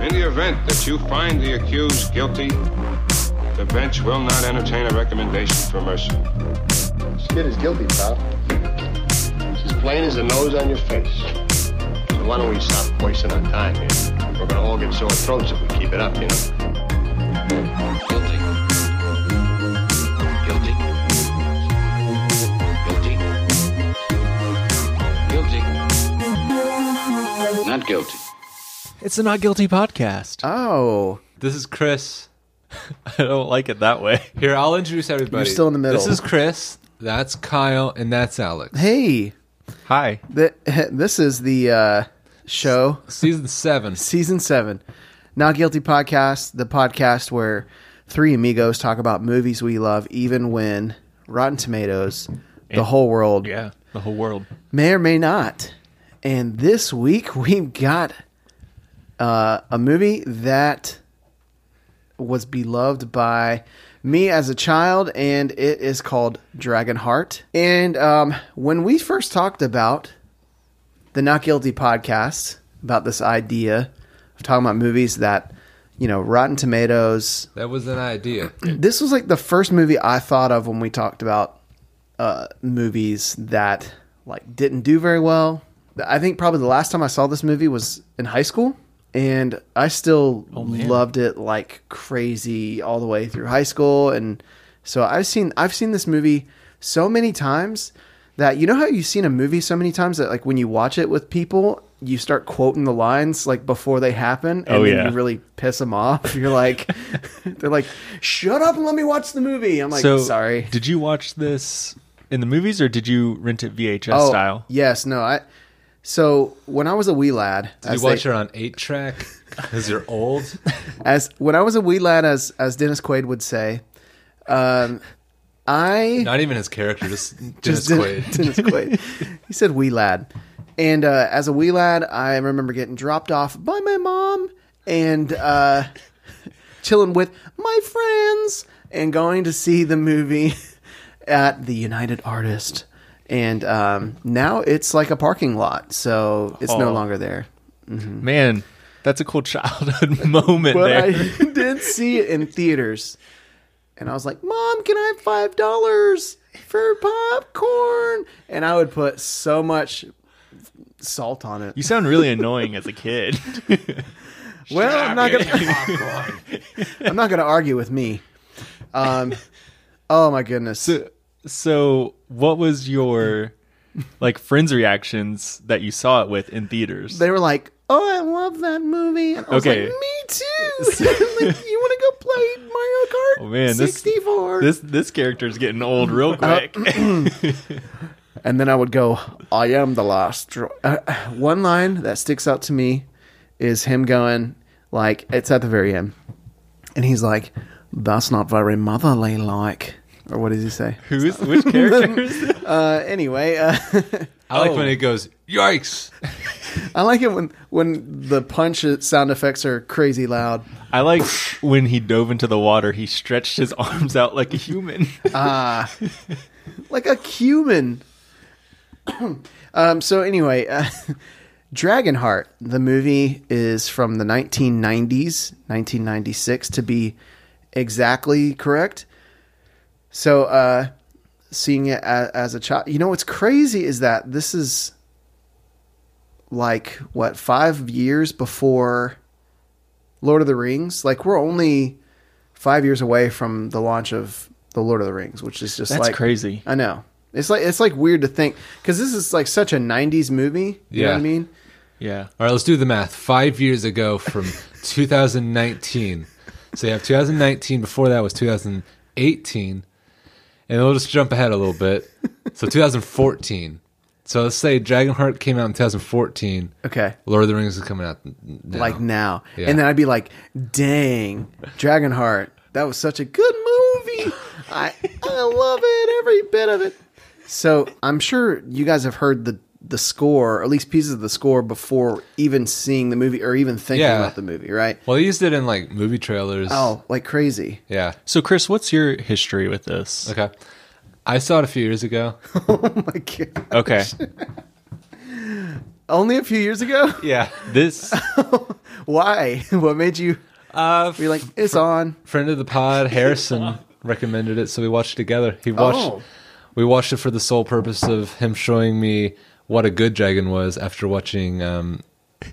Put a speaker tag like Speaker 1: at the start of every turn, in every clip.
Speaker 1: In the event that you find the accused guilty, the bench will not entertain a recommendation for mercy.
Speaker 2: This kid is guilty, pal. It's as plain as the nose on your face. So why don't we stop wasting our time here? We're gonna all get sore throats if we keep it up, you know.
Speaker 3: Guilty. Guilty. Guilty. Guilty. Not guilty.
Speaker 4: It's a not guilty podcast.
Speaker 5: Oh,
Speaker 6: Uh, This is Chris.
Speaker 4: I don't like it that way.
Speaker 6: Here, I'll introduce everybody.
Speaker 5: You're still in the middle.
Speaker 6: This is Chris. That's Kyle, and that's Alex.
Speaker 5: hey,
Speaker 4: Hi.
Speaker 5: th- this is the uh, show
Speaker 6: Season seven.
Speaker 5: season seven, not guilty podcast, the podcast where three amigos talk about movies we love, even when Rotten Tomatoes, the whole world
Speaker 4: Yeah, the whole world.
Speaker 5: may or may not. And this week we've got uh, a movie that was beloved by me as a child, and it is called Dragonheart. And um, when we first talked about the Not Guilty podcast, about this idea of talking about movies that, you know, Rotten Tomatoes,
Speaker 6: That was an idea.
Speaker 5: this was like the first movie I thought of when we talked about uh, movies that like didn't do very well. I think probably the last time I saw this movie was in high school, and I still loved it like crazy all the way through high school. And so I've seen I've seen this movie so many times that you know how you've seen a movie so many times that like when you watch it with people. You start quoting the lines like before they happen, and
Speaker 4: Oh,
Speaker 5: then
Speaker 4: yeah.
Speaker 5: you really piss them off. You're like, they're like, shut up and let me watch the movie. I'm like,
Speaker 4: so
Speaker 5: sorry.
Speaker 4: Did you watch this in the movies or did you rent it VHS
Speaker 5: oh,
Speaker 4: style?
Speaker 5: Yes, no. I. So when I was a wee lad,
Speaker 6: Did you watch her on eight track? Because you're old.
Speaker 5: as when I was a wee lad, as as Dennis Quaid would say, um, I
Speaker 6: Not even his character. Just Dennis
Speaker 5: Just Den-
Speaker 6: Quaid.
Speaker 5: Dennis Quaid. he said wee lad. And uh, as a wee lad, I remember getting dropped off by my mom and uh, chilling with my friends and going to see the movie at the United Artist. And um, now it's like a parking lot, so it's no
Speaker 4: Oh.
Speaker 5: longer there.
Speaker 4: Man, that's a cool childhood moment
Speaker 5: But
Speaker 4: there.
Speaker 5: I did see it in theaters, and I was like, "Mom, can I have five dollars for popcorn?" And I would put so much salt on it.
Speaker 4: you sound really annoying as a kid.
Speaker 5: well, I'm not gonna. I'm not gonna argue with me. Um, oh my goodness.
Speaker 4: so, what was your like friends' reactions that you saw it with in theaters?
Speaker 5: they were like, "Oh, I love that movie." And I was
Speaker 4: Okay.
Speaker 5: like, "Me too." like, you want to go play Mario Kart?
Speaker 4: Oh, man, this-
Speaker 5: 64.
Speaker 4: this this character's getting old real
Speaker 5: Uh,
Speaker 4: quick.
Speaker 5: And then I would go, I am the last. dro-" Uh, one line that sticks out to me is him going, like, it's at the very end. And he's like, that's not very motherly like. Or what does he say?
Speaker 4: Who's which character?
Speaker 5: Uh, anyway, uh,
Speaker 6: I like when
Speaker 4: Oh.
Speaker 6: he goes, "Yikes!"
Speaker 5: I like it when, when the punch uh, sound effects are crazy loud.
Speaker 4: I like when he dove into the water. He stretched his arms out like a human.
Speaker 5: like a cumin. um, so anyway, uh, Dragonheart, the movie is from the 1990s, 1996 to be exactly correct. So uh, seeing it as, as a child, you know what's crazy is that this is like what five years before Lord of the Rings. Like we're only five years away from the launch of the Lord of the Rings, which is just
Speaker 4: That's
Speaker 5: like
Speaker 4: crazy.
Speaker 5: I know. It's like it's like weird to think because this is like such a '90s movie. You
Speaker 6: Yeah.
Speaker 5: know what I mean?
Speaker 4: Yeah.
Speaker 6: All right, let's do the math. Five years ago from 2019. So you have 2019. Before that was 2018. And we'll just jump ahead a little bit. So 2014. So let's say Dragonheart came out in 2014.
Speaker 5: Okay.
Speaker 6: Lord of the Rings is coming out now.
Speaker 5: Like now,
Speaker 6: Yeah.
Speaker 5: and then I'd be like, "Dang, Dragonheart, that was such a good movie. I I love it, every bit of it." So I'm sure you guys have heard the the score, or at least pieces of the score, before even seeing the movie or even thinking
Speaker 6: Yeah.
Speaker 5: about the movie, right?
Speaker 6: Well, they used it in like movie trailers.
Speaker 5: Oh, like crazy.
Speaker 6: yeah.
Speaker 4: So, Chris, what's your history with this?
Speaker 6: Okay.
Speaker 5: Oh
Speaker 6: I saw it a few years ago.
Speaker 5: Like,
Speaker 4: Okay.
Speaker 5: Only a few years ago?
Speaker 6: Yeah.
Speaker 4: This
Speaker 5: Why? What made you
Speaker 6: Uh,
Speaker 5: be like, it's on?
Speaker 6: friend of the pod, Harrison, recommended it, so we watched it together. He watched.
Speaker 5: Oh.
Speaker 6: We watched it for the sole purpose of him showing me what a good dragon was after watching um,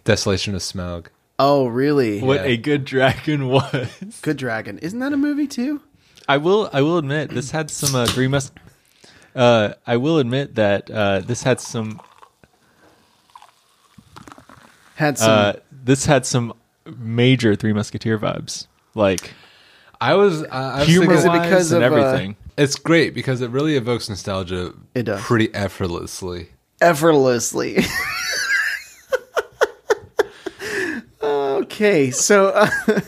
Speaker 6: Desolation of Smaug.
Speaker 5: Oh, really?
Speaker 4: what
Speaker 6: Yeah.
Speaker 4: a good dragon was.
Speaker 5: Good Dragon. Isn't that a movie too?
Speaker 4: I will I will admit this had some uh, Green Mus- uh I will admit that uh, this had some
Speaker 5: Had some.
Speaker 4: uh, this had some major Three Musketeer vibes. Like
Speaker 6: I was. Uh, I was thinking-
Speaker 4: humor
Speaker 5: Was it because
Speaker 4: wise and
Speaker 5: of, uh,
Speaker 4: everything.
Speaker 6: It's great because it really evokes nostalgia.
Speaker 5: It does.
Speaker 6: pretty effortlessly.
Speaker 5: effortlessly. okay, so uh,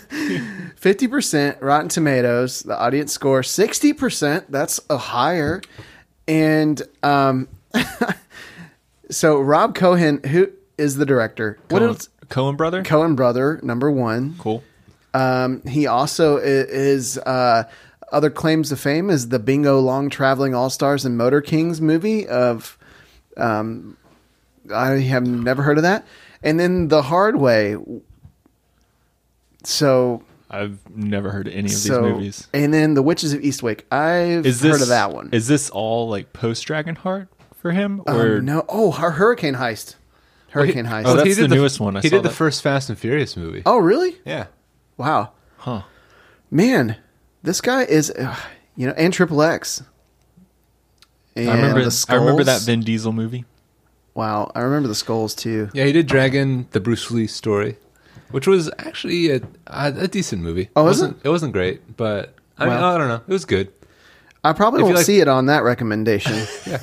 Speaker 5: fifty percent Rotten Tomatoes, the audience score sixty percent. That's a higher, and um, so Rob Cohen, who is the director? What
Speaker 4: Coen-
Speaker 5: else?
Speaker 4: Coen brother?
Speaker 5: Cohen brother number one.
Speaker 4: cool.
Speaker 5: Um, he also i- is uh, other claims to fame is the Bingo Long Traveling All Stars and Motor Kings movie of um, I have never heard of that, and then The Hard Way. So
Speaker 4: I've never heard of any of
Speaker 5: so
Speaker 4: these movies.
Speaker 5: and then The Witches of Eastwick. I've
Speaker 4: Is this
Speaker 5: heard of that one.
Speaker 4: Is this all like post Dragonheart for him
Speaker 5: Um,
Speaker 4: or
Speaker 5: no? Oh, Hur- Hurricane Heist. Hurricane Heist.
Speaker 4: Oh,
Speaker 5: Oh,
Speaker 4: that-
Speaker 6: he
Speaker 4: that's
Speaker 6: did
Speaker 4: the newest one. I
Speaker 6: he
Speaker 4: saw
Speaker 6: did the
Speaker 4: that.
Speaker 6: first Fast and Furious movie.
Speaker 5: really?
Speaker 6: Yeah,
Speaker 5: Wow,
Speaker 4: huh?
Speaker 5: man, this guy is ugh, you know and Triple X. And
Speaker 4: I remember
Speaker 5: the
Speaker 4: I remember that
Speaker 5: Skulls.
Speaker 4: Vin Diesel movie.
Speaker 5: Wow, I remember the skulls too.
Speaker 6: yeah, he did Dragon, the Bruce Lee story, which was actually a a, a decent movie.
Speaker 5: Oh, is
Speaker 6: wasn't it? wasn't great, but I, mean,
Speaker 5: Well.
Speaker 6: I don't know. It was good.
Speaker 5: I probably
Speaker 6: If you
Speaker 5: won't
Speaker 6: like-
Speaker 5: see it on that recommendation.
Speaker 6: Yeah.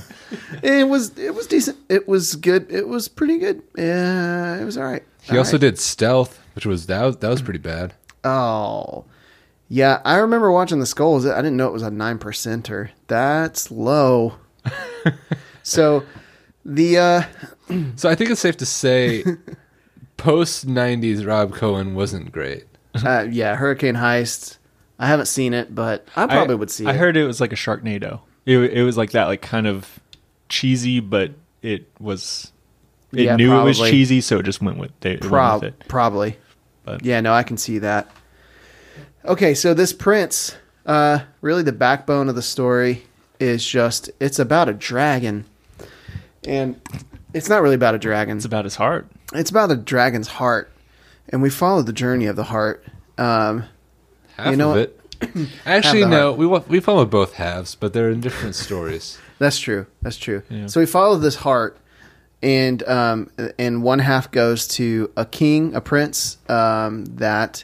Speaker 5: it was it was decent. It was good. It was pretty good. Yeah, it was all right.
Speaker 6: He also did Stealth, which was that was, that was pretty bad.
Speaker 5: Oh, yeah. I remember watching the skulls. I didn't know it was a nine percenter. That's low. so the uh
Speaker 6: So I think it's safe to say, post '90s Rob Cohen wasn't great.
Speaker 5: uh, yeah, Hurricane Heist. I haven't seen it, but I probably
Speaker 4: I,
Speaker 5: would see
Speaker 4: I
Speaker 5: it.
Speaker 4: heard it was like a Sharknado. It, it was like that, like kind of cheesy, but it was. It
Speaker 5: Yeah,
Speaker 4: knew it was
Speaker 5: probably.
Speaker 4: cheesy, so it just went with, they, it went
Speaker 5: Prob-
Speaker 4: with it.
Speaker 5: Probably.
Speaker 4: But-
Speaker 5: yeah, no, I can see that. Okay, so this prince, uh, really the backbone of the story is just it's about a dragon, and it's not really about a dragon.
Speaker 4: It's about his heart.
Speaker 5: It's about a dragon's heart, and we follow the journey of the heart. Um,
Speaker 6: Half
Speaker 5: You know
Speaker 6: of
Speaker 5: what?
Speaker 6: it. Actually,
Speaker 5: Half the
Speaker 6: no. We wa- we follow both halves, but they're in different stories.
Speaker 5: That's true. That's true. So we follow this heart, and um, and one half goes to a king, a prince um, that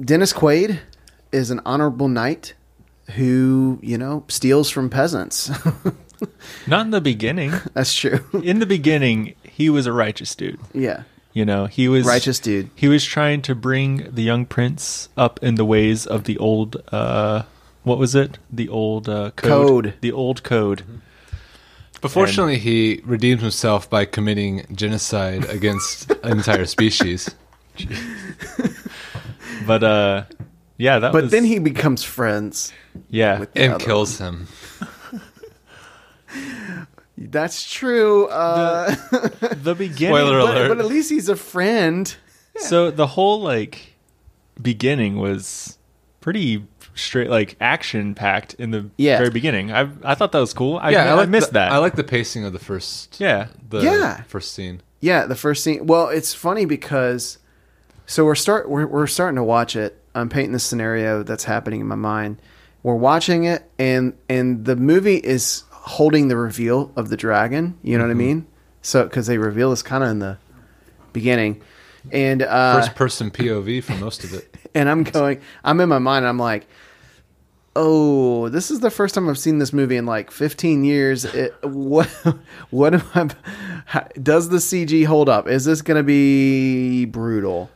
Speaker 5: Dennis Quaid is an honorable knight who you know steals from peasants.
Speaker 4: Not in the beginning.
Speaker 5: That's true.
Speaker 4: in the beginning, he was a righteous dude.
Speaker 5: yeah.
Speaker 4: You know, he was
Speaker 5: Righteous dude.
Speaker 4: He was trying to bring the young prince up in the ways of the old. uh What was it? The old uh, code.
Speaker 5: Code.
Speaker 4: The old code.
Speaker 6: But fortunately, he redeemed himself by committing genocide against an entire species.
Speaker 4: But uh yeah, that.
Speaker 5: But
Speaker 4: was,
Speaker 5: then he becomes friends.
Speaker 4: yeah.
Speaker 5: with-
Speaker 6: And
Speaker 5: Yeah,
Speaker 6: kills him.
Speaker 5: That's true. Uh,
Speaker 4: the beginning.
Speaker 6: Spoiler
Speaker 4: but-
Speaker 5: but,
Speaker 6: alert.
Speaker 5: but at least he's a friend.
Speaker 4: So the whole like beginning was pretty straight, like action packed in the
Speaker 5: Yeah.
Speaker 4: very beginning. I I thought that was cool. I,
Speaker 6: Yeah, I,
Speaker 4: I,
Speaker 6: like
Speaker 4: missed
Speaker 6: the-
Speaker 4: that.
Speaker 6: I like the pacing of the first.
Speaker 4: yeah.
Speaker 6: The
Speaker 5: Yeah.
Speaker 6: first scene.
Speaker 5: Yeah, the first scene. Well, it's funny because so we're start we're, we're starting to watch it. I'm painting the scenario that's happening in my mind. We're watching it, and and the movie is holding the reveal of the dragon. You know what I mean? So because they reveal this kind of in the beginning, and uh,
Speaker 6: First person POV for most of it.
Speaker 5: and I'm going, I'm in my mind, I'm like, oh, this is the first time I've seen this movie in like 15 years. It, what, what am I? how- does the CG hold up? Is this going to be brutal?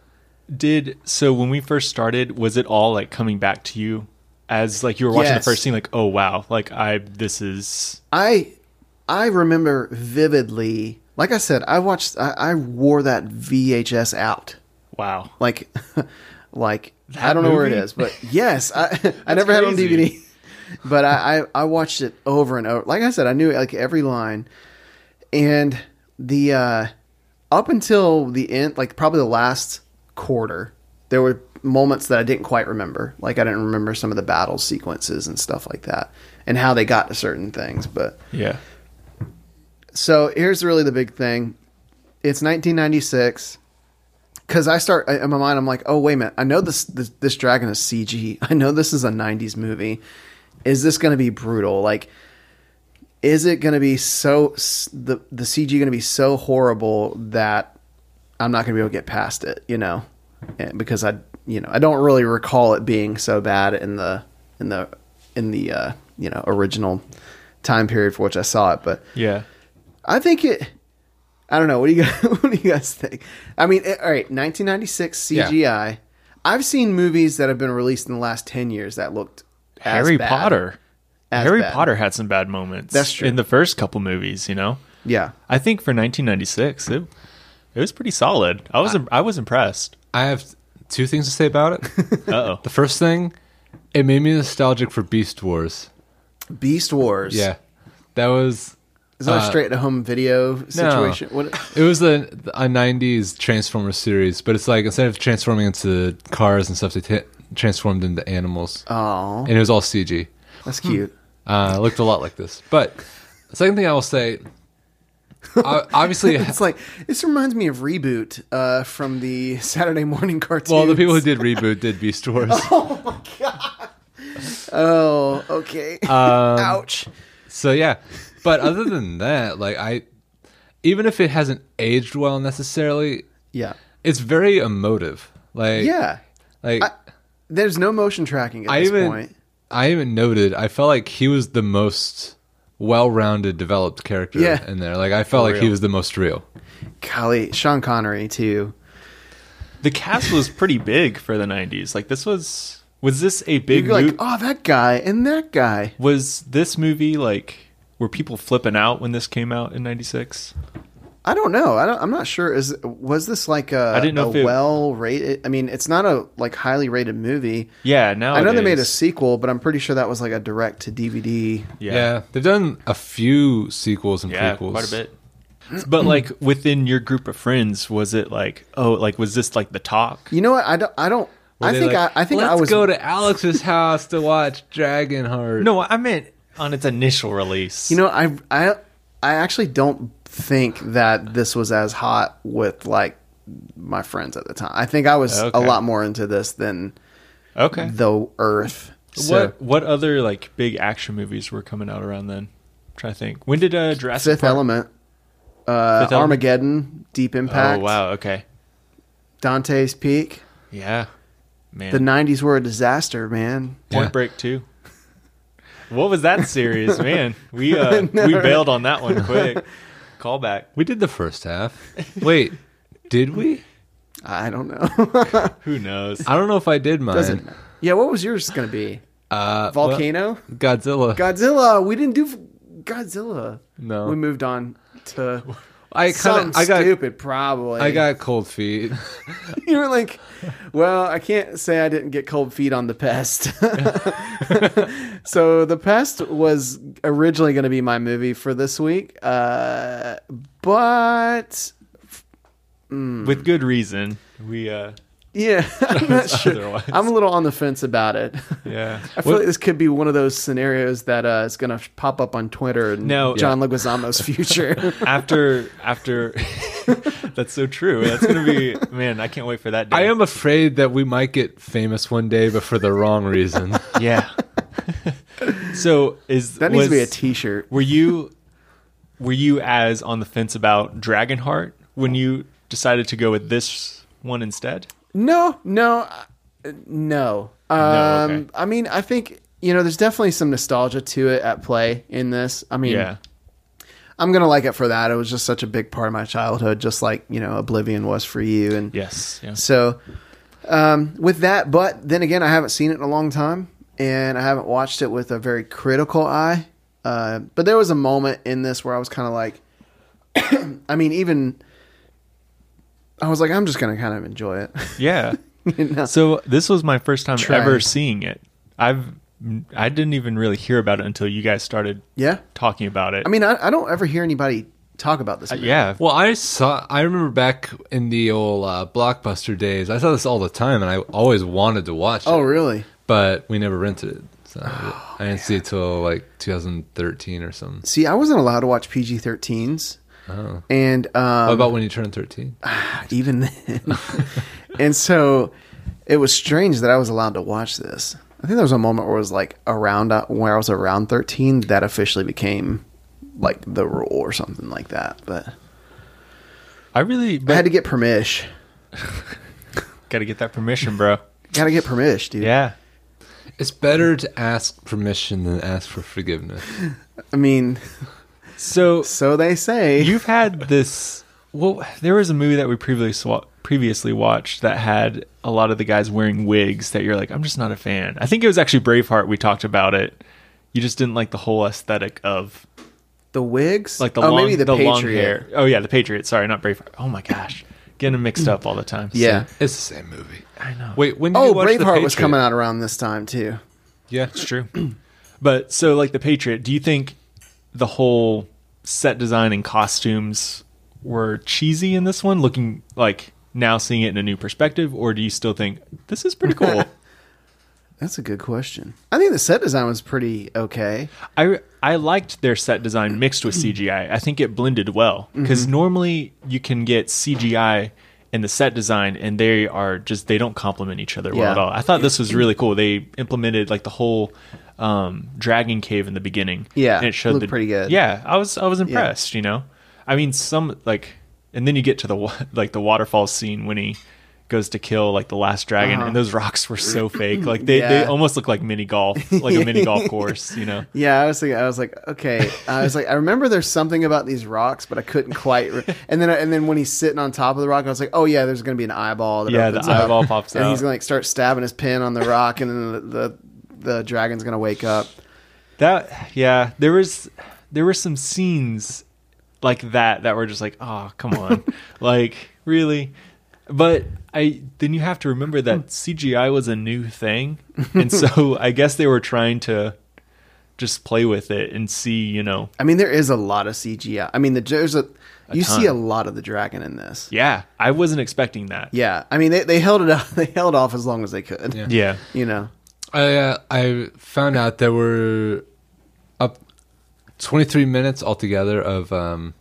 Speaker 4: Did so when we first started, was it all like coming back to you as like you were watching
Speaker 5: Yes.
Speaker 4: the first scene, like oh wow, like I this is
Speaker 5: I, I remember vividly. Like I said, I watched, I, I wore that VHS out.
Speaker 4: wow.
Speaker 5: Like, like I don't know where it
Speaker 4: movie?
Speaker 5: is, but yes, I I never had it on
Speaker 4: crazy.
Speaker 5: DVD, but I, I I watched it over and over. Like I said, I knew like every line, and the uh, up until the end, like probably the last quarter, there were moments that I didn't quite remember. Like I didn't remember some of the battle sequences and stuff like that, and how they got to certain things. But
Speaker 4: Yeah.
Speaker 5: so here's really the big thing. It's 1996. Because I start I- in my mind, I'm like, oh wait a minute, I know this this, this dragon is CG. I know this is a 90s movie. Is this going to be brutal? Like, is it going to be so s- the the CG going to be so horrible that I'm not going to be able to get past it? You know, and because I you know I don't really recall it being so bad in the in the in the uh, you know original time period for which I saw it, but.
Speaker 4: Yeah.
Speaker 5: I think it. I don't know. What do you guys? What do you guys think? I mean, it- all right, 1996
Speaker 6: Yeah.
Speaker 5: CGI. I've seen movies that have been released in the last 10 years that looked as
Speaker 4: Harry
Speaker 5: bad.
Speaker 4: Potter.
Speaker 5: As
Speaker 4: Harry
Speaker 5: bad.
Speaker 4: Potter had some bad moments.
Speaker 5: That's true.
Speaker 4: In the first couple movies, you know.
Speaker 5: Yeah,
Speaker 4: I think for 1996, it, it was pretty solid. I was I, was impressed.
Speaker 6: I have two things to say about it.
Speaker 4: Uh oh.
Speaker 6: the first thing, it made me nostalgic for Beast Wars.
Speaker 5: Beast Wars.
Speaker 6: Yeah, that was
Speaker 5: is that a
Speaker 6: Uh,
Speaker 5: straight to home video situation? What?
Speaker 6: it was a, a 90s transformer series but it's like instead of transforming into cars and stuff they t- transformed into animals
Speaker 5: Oh,
Speaker 6: and it was all cg
Speaker 5: that's cute.
Speaker 6: uh, it looked a lot like this but the second thing i will say o- obviously
Speaker 5: It's like this reminds me of reboot uh, from the Saturday morning cartoon.
Speaker 6: well the people who did reboot did beast wars
Speaker 5: Oh, okay.
Speaker 6: Um,
Speaker 5: Ouch.
Speaker 6: so yeah but other than that like i even if it hasn't aged well necessarily
Speaker 5: Yeah.
Speaker 6: it's very emotive like
Speaker 5: Yeah.
Speaker 6: like
Speaker 5: There's no motion tracking at
Speaker 6: I
Speaker 5: this
Speaker 6: even
Speaker 5: point.
Speaker 6: I even noted I felt like he was the most well-rounded developed character
Speaker 5: Yeah.
Speaker 6: in there. Like I felt like he was the most real.
Speaker 5: Golly, Sean Connery too.
Speaker 4: The cast was pretty big for the 90s. Like this was was this a big
Speaker 5: You're like,
Speaker 4: mo-
Speaker 5: oh, that guy and that guy.
Speaker 4: was this movie like were people flipping out when this came out in 96?
Speaker 5: I don't know. I don't, I'm not sure. Is was this like a,
Speaker 4: I didn't know
Speaker 5: a
Speaker 4: if it-
Speaker 5: well rated? I mean, it's not a like highly rated movie.
Speaker 4: Yeah, now
Speaker 5: I know they made a sequel, but I'm pretty sure that was like a direct to DVD.
Speaker 6: Yeah. They've done a few sequels and
Speaker 4: Yeah,
Speaker 6: prequels.
Speaker 4: quite a bit. But like within your group of friends, was it like oh like was this like the talk?
Speaker 5: You know what? I don't. I don't. I think, I, I think
Speaker 6: Let's
Speaker 5: I was.
Speaker 6: go to Alex's house to watch Dragonheart.
Speaker 4: No, I meant on its initial release.
Speaker 5: you know, I I I actually don't think that this was as hot with like my friends at the time. I think I was
Speaker 4: Okay.
Speaker 5: a lot more into this than
Speaker 4: okay.
Speaker 5: the Earth. So,
Speaker 4: what what other like big action movies were coming out around then? i trying to think. When did uh, Jurassic
Speaker 5: Fifth
Speaker 4: Park-
Speaker 5: Element, uh,
Speaker 4: Fifth Element?
Speaker 5: Armageddon, Deep
Speaker 4: Oh
Speaker 5: Impact.
Speaker 4: wow, okay.
Speaker 5: Dante's Peak.
Speaker 4: Yeah. Man.
Speaker 5: The '90s were a disaster, man.
Speaker 4: Point
Speaker 6: Yeah.
Speaker 4: Break 2. What was that series, man? We uh, we bailed on that one quick. Callback.
Speaker 6: We did the first half. Wait, did we?
Speaker 5: I don't know.
Speaker 4: Who knows?
Speaker 6: I don't know if I did mine.
Speaker 5: Doesn't matter. yeah, what was yours going to be?
Speaker 6: Uh,
Speaker 5: Volcano,
Speaker 6: well, Godzilla.
Speaker 5: Godzilla. We didn't do f- Godzilla.
Speaker 6: No.
Speaker 5: we moved on to
Speaker 6: I
Speaker 5: something
Speaker 6: kind of I got
Speaker 5: stupid. Probably.
Speaker 6: I got cold feet.
Speaker 5: you were like, well, I can't say I didn't get cold feet on the pest. so the pest was originally going to be my movie for this week, uh, but Mm.
Speaker 4: With good reason. We uh
Speaker 5: yeah, I'm not sure.
Speaker 4: Otherwise.
Speaker 5: I'm a little on the fence about it.
Speaker 4: yeah.
Speaker 5: I feel like this could be one of those scenarios that uh, is going to pop up on Twitter and
Speaker 4: No.
Speaker 5: John Leguizamo's future.
Speaker 4: After after That's so true. That's going to be man, I can't wait for that day.
Speaker 6: I am afraid that we might get famous one day, but for the wrong reason.
Speaker 4: yeah. so is
Speaker 5: that needs to be a
Speaker 4: was-
Speaker 5: T-shirt.
Speaker 4: Were you were you as on the fence about Dragonheart when you decided to go with this one instead?
Speaker 5: No, no, uh, no. Um,
Speaker 4: okay.
Speaker 5: I mean, I think you know, there's definitely some nostalgia to it at play in this. I mean,
Speaker 4: Yeah.
Speaker 5: I'm gonna like it for that. It was just such a big part of my childhood, just like you know, Oblivion was for you, and
Speaker 4: Yes. Yeah.
Speaker 5: so um, with that. But then again, I haven't seen it in a long time, and I haven't watched it with a very critical eye. Uh, but there was a moment in this where I was kind of like, I mean, even I was like, I'm just gonna kind of enjoy it.
Speaker 4: Yeah.
Speaker 5: you know?
Speaker 4: So this was my first time
Speaker 5: Try.
Speaker 4: ever seeing it. I've I didn't even really hear about it until you guys started
Speaker 5: Yeah.
Speaker 4: talking about it.
Speaker 5: I mean, I, I don't ever hear anybody talk about this. Movie.
Speaker 4: Uh, yeah.
Speaker 6: Well, I saw. I remember back in the old uh, blockbuster days. I saw this all the time, and I always wanted to watch
Speaker 5: Oh,
Speaker 6: it,
Speaker 5: really? Oh, but
Speaker 6: but we never rented it. So I didn't see it till like 2013 or something.
Speaker 5: see, I wasn't allowed to watch PG 13s.
Speaker 6: Oh.
Speaker 5: And um,
Speaker 6: How about when you turned 13?
Speaker 5: even then. and so it was strange that I was allowed to watch this. I think there was a moment where it was like around uh, where I was around 13 that officially became like the rule or something like that. But
Speaker 4: I really
Speaker 5: I had to get permish.
Speaker 4: gotta get that permission, bro.
Speaker 5: Got to get permish, dude.
Speaker 4: Yeah.
Speaker 6: It's better to ask permission than ask for forgiveness.
Speaker 5: I mean,
Speaker 4: So
Speaker 5: so they say.
Speaker 4: You've had this. Well, there was a movie that we previously wa- previously watched that had a lot of the guys wearing wigs that you're like, I'm just not a fan. I think it was actually Braveheart. We talked about it. You just didn't like the whole aesthetic of
Speaker 5: the wigs?
Speaker 4: like the
Speaker 5: oh,
Speaker 4: long,
Speaker 5: maybe the,
Speaker 4: the
Speaker 5: Patriot.
Speaker 4: long hair. Oh yeah, the Patriot. Sorry, not Braveheart. Oh my gosh, getting them mixed up all the time.
Speaker 5: Yeah.
Speaker 6: It's the same movie.
Speaker 4: I know.
Speaker 6: Wait, when did
Speaker 5: Oh,
Speaker 6: you watch The
Speaker 5: Braveheart was
Speaker 6: Patriot?
Speaker 5: coming out around this time too.
Speaker 6: Yeah,
Speaker 4: It's true. but so like the Patriot, do you think the whole set design and costumes were cheesy in this one looking like now seeing it in a new perspective or do you still think this is pretty cool?
Speaker 5: That's a good question. I think the set design was pretty okay.
Speaker 4: I I liked their set design mixed with CGI. I think it blended well because
Speaker 5: Mm-hmm.
Speaker 4: normally you can get CGI and the set design, and they are just they don't complement each other well
Speaker 5: Yeah.
Speaker 4: at all. I thought this was really cool. They implemented like the whole um, dragon cave in the beginning.
Speaker 5: Yeah,
Speaker 4: and it showed
Speaker 5: looked
Speaker 4: the-
Speaker 5: pretty good.
Speaker 4: Yeah, I was I was impressed. You know, I mean some like, and then you get to the wa- like the waterfall scene when he goes to kill like the last dragon and those rocks were so fake like they, they
Speaker 5: Uh-huh. Yeah.
Speaker 4: almost look like mini golf like a mini golf course you know
Speaker 5: Yeah, I was thinking. I was like, okay. I was like, I remember there's something about these rocks, but I couldn't quite. Re- and then, and then when he's sitting on top of the rock, I was like, oh yeah, there's gonna be an eyeball. That
Speaker 4: Yeah, the
Speaker 5: opens up.
Speaker 4: eyeball pops
Speaker 5: and
Speaker 4: out.
Speaker 5: he's gonna like start stabbing his pin on the rock, and then the the, the dragon's gonna wake up.
Speaker 4: That yeah, there was there were some scenes like that that were just like, oh come on, like really. But I then you have to remember that CGI was a new thing, and so I guess they were trying to just play with it and see, you know,
Speaker 5: I mean, there is a lot of CGI. I mean, the, there's a, you see a
Speaker 4: ton.
Speaker 5: lot of the dragon in this.
Speaker 4: yeah, I wasn't expecting that.
Speaker 5: Yeah, I mean, they, they held it off. They held off as long as they could.
Speaker 6: Yeah.
Speaker 4: yeah,
Speaker 5: You know,
Speaker 6: I uh, I found out there were up 23 minutes altogether of um,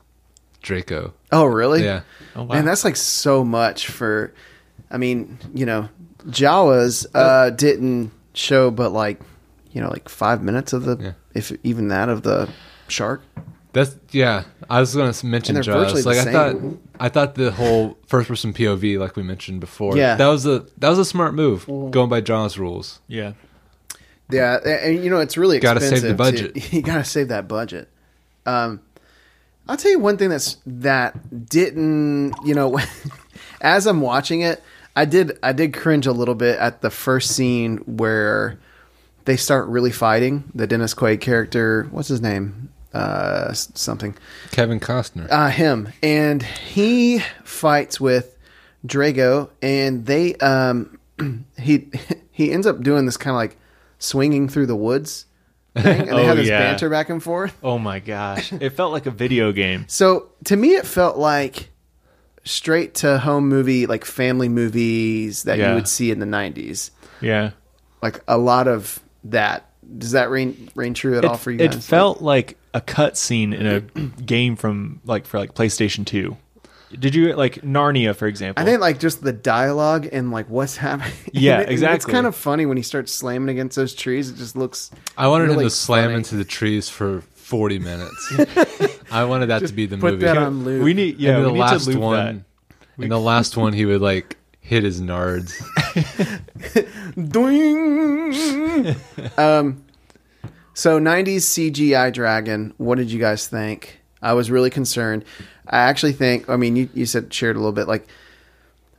Speaker 6: Draco.
Speaker 5: Oh, really?
Speaker 6: Yeah.
Speaker 4: Oh, wow.
Speaker 5: Man, that's like so much for. I mean, you know, Jawas uh, didn't show, but like, you know, like five minutes of the,
Speaker 6: Yeah.
Speaker 5: if even that of the shark.
Speaker 6: That's yeah. I was going to mention
Speaker 5: And they're virtually
Speaker 6: Jaws.
Speaker 5: the
Speaker 6: Like I
Speaker 5: same.
Speaker 6: thought, I thought the whole first person POV, like we mentioned before,
Speaker 5: Yeah. Mm-hmm.
Speaker 6: that was a that was a smart move going by Jaws rules.
Speaker 4: yeah.
Speaker 5: Yeah, and, and, you know, it's really
Speaker 6: Gotta save
Speaker 5: expensive.
Speaker 6: the budget.
Speaker 5: to- you gotta save that budget. Um, I'll tell you one thing that's that didn't. You know, as I'm watching it, I did I did cringe a little bit at the first scene where they start really fighting. The Dennis Quaid character, what's his name? Uh, s- something.
Speaker 6: Kevin Costner.
Speaker 5: Uh, him and he fights with Drago, and they um he he ends up doing this kind of like swinging through the woods, thing, and they
Speaker 4: Oh,
Speaker 5: have this
Speaker 4: yeah.
Speaker 5: banter back and forth.
Speaker 4: Oh my gosh, it felt like a video game.
Speaker 5: So to me, it felt like straight to home movie, like family movies that
Speaker 4: Yeah.
Speaker 5: you would see in the '90s,
Speaker 4: Yeah,
Speaker 5: like a lot of that. Does that ring ring true at all for you?
Speaker 4: it
Speaker 5: guys?
Speaker 4: felt like a cutscene in a game from like for like PlayStation Two. Did you like Narnia, for example?
Speaker 5: I think like just the dialogue and like what's happening.
Speaker 4: Yeah,
Speaker 5: And it- It's
Speaker 4: exactly.
Speaker 5: kind of funny when he starts slamming against those trees. It just looks.
Speaker 6: I wanted
Speaker 5: really
Speaker 6: him to slam
Speaker 5: funny.
Speaker 6: into the trees for 40 minutes. I wanted that to be the
Speaker 5: put
Speaker 6: movie.
Speaker 5: that on loop.
Speaker 4: We need yeah.
Speaker 6: and the
Speaker 4: we
Speaker 6: last
Speaker 4: need to loop
Speaker 6: one, and the last one, he would like hit his nards.
Speaker 5: Doing. um, so '90s CGI dragon. What did you guys think? I was really concerned. I actually think. I mean, you you said shared a little bit. Like,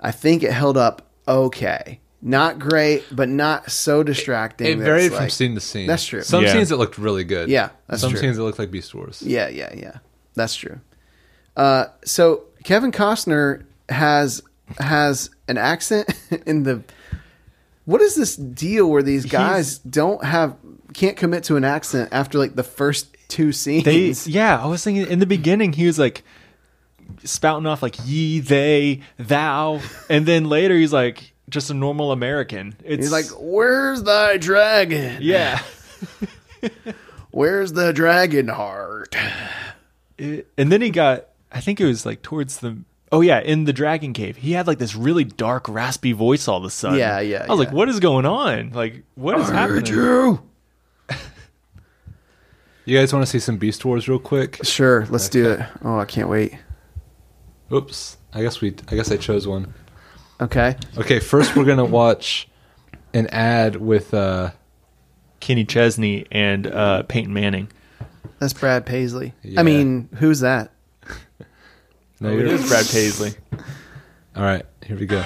Speaker 5: I think it held up okay. Not great, but not so distracting.
Speaker 6: It
Speaker 5: that
Speaker 6: varied
Speaker 5: it's
Speaker 6: from
Speaker 5: like-
Speaker 6: scene to scene.
Speaker 5: That's true.
Speaker 6: Some
Speaker 4: Yeah.
Speaker 6: scenes it looked really good.
Speaker 5: Yeah, that's
Speaker 6: Some
Speaker 5: true.
Speaker 6: scenes it looked like Beast Wars.
Speaker 5: Yeah, yeah, yeah. That's true. Uh, so Kevin Costner has has an accent in the. What is this deal where these guys don't have can't commit to an accent after like the first two scenes.
Speaker 4: They yeah, I was thinking in the beginning he was like spouting off like ye, they, thou, and then later he's like just a normal American. It's
Speaker 5: He's like, "Where's thy dragon?
Speaker 4: yeah,
Speaker 5: Where's the dragon heart?"
Speaker 4: It- and then he got I think it was like towards the oh yeah in the dragon cave he had like this really dark raspy voice all of a sudden.
Speaker 5: Yeah, yeah,
Speaker 4: I was like,
Speaker 5: yeah.
Speaker 4: what is going on? Like, what is happening?
Speaker 6: You guys want to see some Beast Wars real quick?
Speaker 5: Sure, let's do it. Oh, I can't wait.
Speaker 6: Oops. I guess we. I guess I chose one.
Speaker 5: Okay,
Speaker 6: Okay, first we're gonna watch an ad with. uh
Speaker 4: Kenny Chesney and uh, Peyton Manning.
Speaker 5: that's Brad Paisley.
Speaker 6: Yeah.
Speaker 5: I mean, who's that?
Speaker 6: no,
Speaker 4: It
Speaker 6: you're-
Speaker 4: is Brad Paisley.
Speaker 6: All right, here we go.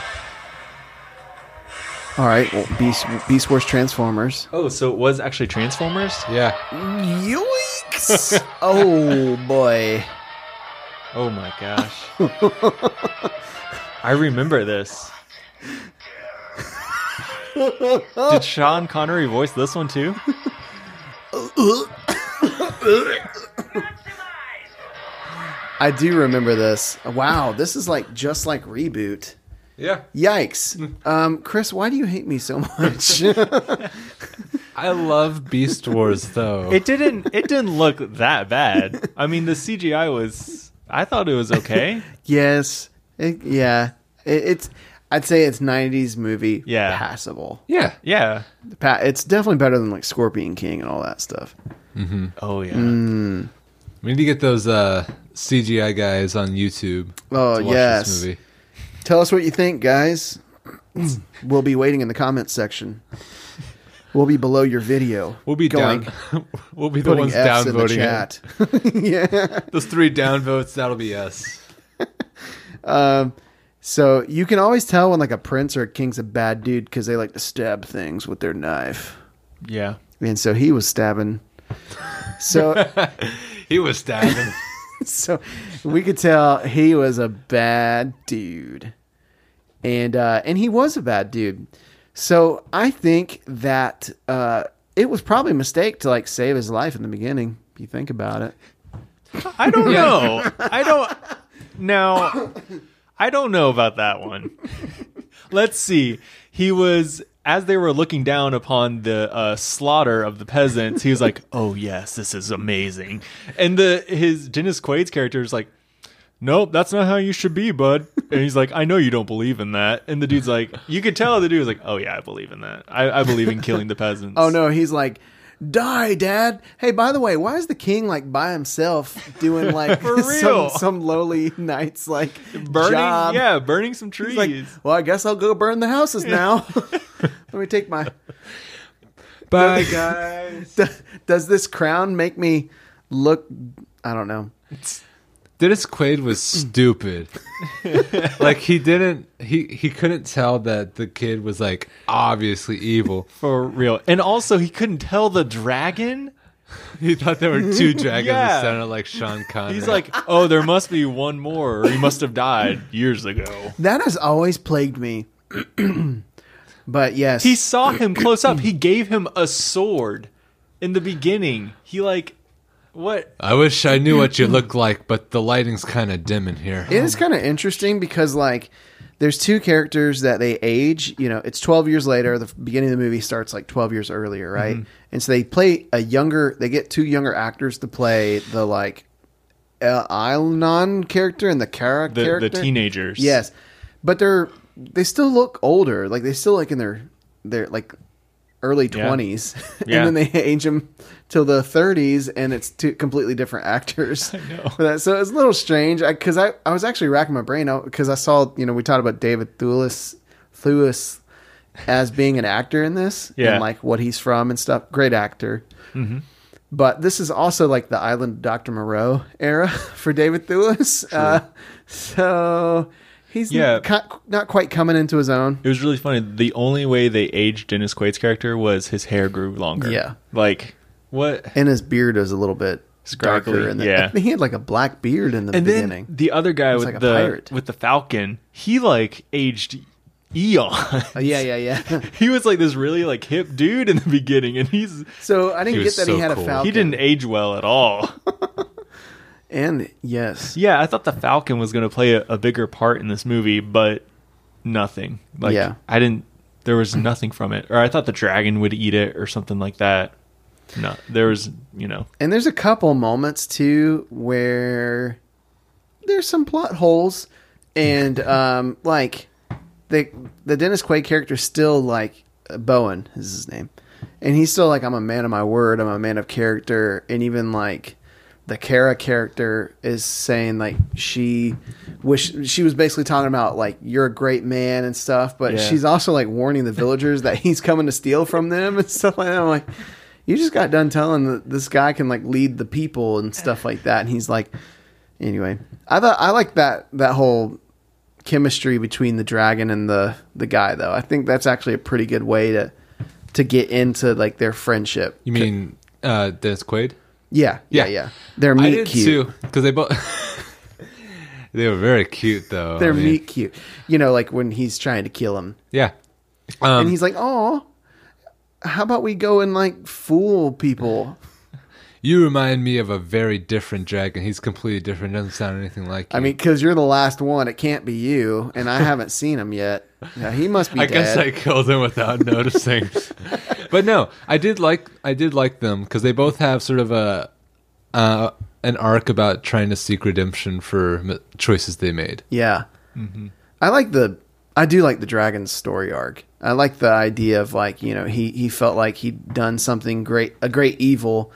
Speaker 5: All right, well, Beast Beast Wars Transformers.
Speaker 4: Oh, so it was actually Transformers.
Speaker 6: Yeah.
Speaker 5: Yoinks! oh boy.
Speaker 4: Oh my gosh. I remember this. Did Sean Connery voice this one too?
Speaker 5: I do remember this. Wow, this is like just like reboot.
Speaker 6: Yeah.
Speaker 5: Yikes. Um, Chris, why do you hate me so much?
Speaker 6: I love Beast Wars though.
Speaker 4: It didn't it didn't look that bad. I mean the CGI was I thought it was okay.
Speaker 5: yes. It, yeah. It, it's. I'd say it's '90s movie.
Speaker 4: Yeah.
Speaker 5: Passable.
Speaker 6: yeah.
Speaker 4: Yeah.
Speaker 5: Pa- it's definitely better than like Scorpion King and all that stuff.
Speaker 4: Oh yeah.
Speaker 6: We need to get those uh CGI guys on YouTube.
Speaker 5: Oh,
Speaker 6: to watch
Speaker 5: yes.
Speaker 6: This movie.
Speaker 5: Tell us what you think, guys. we'll be waiting in the comments section. We'll be below your video.
Speaker 6: We'll be
Speaker 5: going
Speaker 6: down. we'll be the
Speaker 5: putting
Speaker 6: ones
Speaker 5: F's in the
Speaker 6: downvoting it.
Speaker 5: chat. yeah.
Speaker 6: Those three downvotes, that'll be us.
Speaker 5: So you can always tell when like a prince or a king's a bad dude because they like to stab things with their knife.
Speaker 4: Yeah.
Speaker 5: And so he was stabbing. So
Speaker 6: He was stabbing.
Speaker 5: so we could tell he was a bad dude. And uh and he was a bad dude. So I think that uh it was probably a mistake to like save his life in the beginning. If you think about it.
Speaker 4: I don't know. I don't now I don't know about that one. Let's see. He was as they were looking down upon the uh, slaughter of the peasants, he was like, "Oh yes, this is amazing." And the his Dennis Quaid's character is like, "Nope, that's not how you should be, bud." And he's like, "I know you don't believe in that." And the dude's like, "You could tell the dude was like, oh yeah, I believe in that. I, I believe in killing the peasants."
Speaker 5: Oh no, he's like Die, Dad! Hey, by the way, why is the king like by himself doing like
Speaker 4: For real.
Speaker 5: some some lowly knight's like
Speaker 4: burning,
Speaker 5: job?
Speaker 4: yeah, burning some
Speaker 5: He's
Speaker 4: trees.
Speaker 5: like, well, I guess I'll go burn the houses now. Let me take my.
Speaker 6: Bye guys.
Speaker 5: Does this crown make me look? I don't know.
Speaker 6: Dennis Quaid was stupid. like he didn't he he couldn't tell that the kid was like obviously evil.
Speaker 4: For real. And also, he couldn't tell the dragon.
Speaker 6: He thought there were two dragons
Speaker 4: Yeah.
Speaker 6: that sounded like Sean Connery.
Speaker 4: He's like, oh, there must be one more, or he must have died years ago.
Speaker 5: That has always plagued me. but yes,
Speaker 4: He saw him close up. He gave him a sword in the beginning. He, like, what?
Speaker 6: I wish I knew what you look like, but the lighting's kind of dim in here.
Speaker 5: it
Speaker 4: Um,
Speaker 5: is kind of interesting because like there's two characters that they age you know it's 12 years later the beginning of the movie starts like 12 years earlier
Speaker 4: Mm-hmm.
Speaker 5: right and so they play a younger they get two younger actors to play the like uh, Ilnon character and the Kara
Speaker 4: The,
Speaker 5: character
Speaker 4: the teenagers.
Speaker 5: yes but they're they still look older like they still like in their their like early 20s
Speaker 4: Yeah.
Speaker 5: and then they age them till the 30s and it's two completely different actors for that. so it's a little strange because I, I, was actually racking my brain out because i saw you know we talked about david thewlis thewlis as being an actor in this
Speaker 4: Yeah.
Speaker 5: and like what he's from and stuff great actor but this is also like the Island of Dr. Moreau era for David Thewlis. Uh, so he's
Speaker 4: Yeah.
Speaker 5: co- not quite coming into his own.
Speaker 4: It was really funny. The only way they aged Dennis Quaid's character was his hair grew longer.
Speaker 5: Yeah.
Speaker 4: Like, what?
Speaker 5: And his beard is a little bit
Speaker 4: Scraggly,
Speaker 5: darker. And
Speaker 4: yeah.
Speaker 5: I think he had like a black beard in the
Speaker 4: and
Speaker 5: beginning.
Speaker 4: then the other guy
Speaker 5: He's
Speaker 4: with
Speaker 5: like a
Speaker 4: the
Speaker 5: pirate.
Speaker 4: with the falcon he like aged eons.
Speaker 5: Oh, yeah, yeah, yeah.
Speaker 4: He was like this really like hip dude in the beginning, and he's
Speaker 5: So I didn't
Speaker 6: He
Speaker 5: get
Speaker 6: was
Speaker 5: that he
Speaker 6: so
Speaker 5: had a
Speaker 6: cool. He
Speaker 5: falcon.
Speaker 4: he didn't age well at all.
Speaker 5: And yes,
Speaker 4: yeah, I thought the Falcon was going to play a, a bigger part in this movie, but nothing. Like
Speaker 5: Yeah.
Speaker 4: I didn't. There was nothing from it, or I thought the dragon would eat it, or something like that. No, there was you know
Speaker 5: and there's a couple moments too where there's some plot holes, and um, like the the Dennis Quaid character still like uh, Bowen is his name, and he's still like I'm a man of my word, I'm a man of character, and even like the Kara character is saying like she wish she was basically talking about like you're a great man and stuff, but
Speaker 4: Yeah.
Speaker 5: she's also like warning the villagers that he's coming to steal from them and stuff like that. I'm like. You just got done telling that this guy can like lead the people and stuff like that, and he's like, anyway, I thought I like that that whole chemistry between the dragon and the the guy though. I think that's actually a pretty good way to to get into like their friendship.
Speaker 6: You mean uh, Dennis Quaid?
Speaker 5: Yeah, yeah, yeah.
Speaker 6: Yeah.
Speaker 5: They're meat
Speaker 6: I did
Speaker 5: cute.
Speaker 6: too because they both they were very cute though.
Speaker 5: They're
Speaker 6: I mean,
Speaker 5: meat cute. You know, like when he's trying to kill him,
Speaker 6: Yeah, Um,
Speaker 5: and he's like, "Oh, how about we go and like fool people?"
Speaker 6: you remind me of a very different dragon. He's completely different. Doesn't sound anything like.
Speaker 5: I
Speaker 6: you.
Speaker 5: mean, because you're the last one, it can't be you, and I haven't seen him yet. Yeah, he must be.
Speaker 6: I guess
Speaker 5: dead.
Speaker 6: I killed him without noticing. but no, I did like I did like them because they both have sort of a uh, an arc about trying to seek redemption for m- choices they made.
Speaker 5: Yeah. I like the I do like the dragon's story arc. I like the idea of like, you know, he he felt like he'd done something great a great evil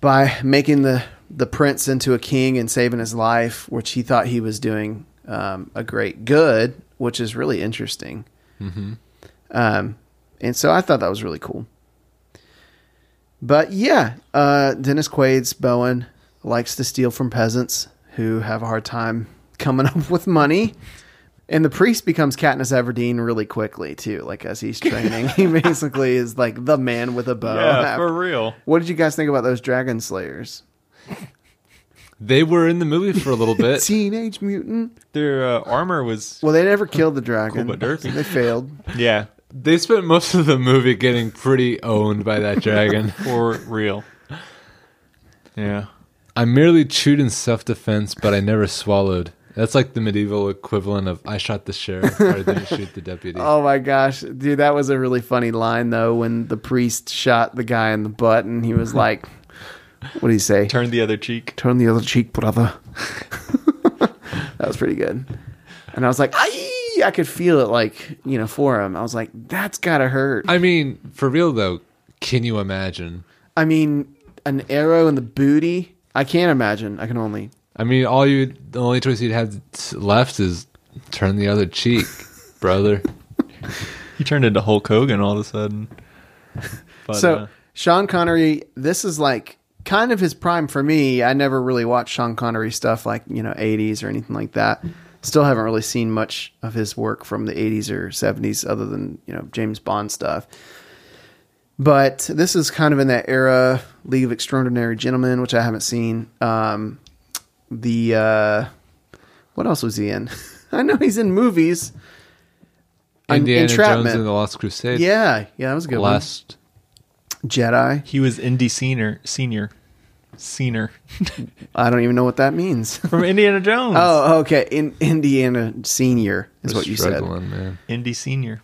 Speaker 5: by making the the prince into a king and saving his life, which he thought he was doing um, a great good, which is really interesting. Mm-hmm. Um, and so I thought that was really cool. But yeah, uh, Dennis Quaid's Bowen likes to steal from peasants who have a hard time coming up with money. And the priest becomes Katniss Everdeen really quickly too. Like as he's training, he basically is like the man with a bow.
Speaker 4: yeah
Speaker 5: after-
Speaker 4: for real.
Speaker 5: what did you guys think about those Dragon Slayers?
Speaker 6: They were in the movie for a little bit.
Speaker 5: Teenage Mutant.
Speaker 4: Their uh, armor was
Speaker 5: Well, they never killed the dragon.
Speaker 4: Cool, but derpy.
Speaker 5: They failed.
Speaker 4: yeah
Speaker 6: they spent most of the movie getting pretty owned by that dragon.
Speaker 4: for real. Yeah.
Speaker 6: I merely chewed in self defense, but I never swallowed. That's like the medieval equivalent of I shot the sheriff, but I didn't shoot the deputy.
Speaker 5: Oh my gosh, dude, that was a really funny line though. When the priest shot the guy in the butt, and he was like, "What do you say?
Speaker 4: Turn the other cheek.
Speaker 5: Turn the other cheek, brother." that was pretty good. And I was like, "Aye!" I could feel it, like you know, for him. I was like, "That's gotta hurt."
Speaker 6: I mean, for real though, can you imagine?
Speaker 5: I mean, an arrow in the booty. I can't imagine. I can only
Speaker 6: I mean, all you the only choice you'd have t- left is turn the other cheek, brother.
Speaker 4: He turned into Hulk Hogan all of a sudden. But,
Speaker 5: so
Speaker 4: uh,
Speaker 5: Sean Connery, this is like kind of his prime for me. I never really watched Sean Connery stuff like you know '80s or anything like that. Still haven't really seen much of his work from the '80s or '70s, other than you know James Bond stuff. But this is kind of in that era, League of Extraordinary Gentlemen, which I haven't seen. Um, the uh, what else was he in? I know he's in movies. Un-
Speaker 6: Indiana Jones
Speaker 5: Entrapment.
Speaker 6: and the Lost Crusade.
Speaker 5: Yeah, yeah, that was a good.
Speaker 6: last.
Speaker 5: one. Jedi.
Speaker 4: he was Indy Senior, Senior, Senior
Speaker 5: I don't even know what that means.
Speaker 4: from Indiana Jones.
Speaker 5: Oh, okay. In Indiana senior is what you
Speaker 6: struggling, man.
Speaker 4: Indy Senior.
Speaker 5: said.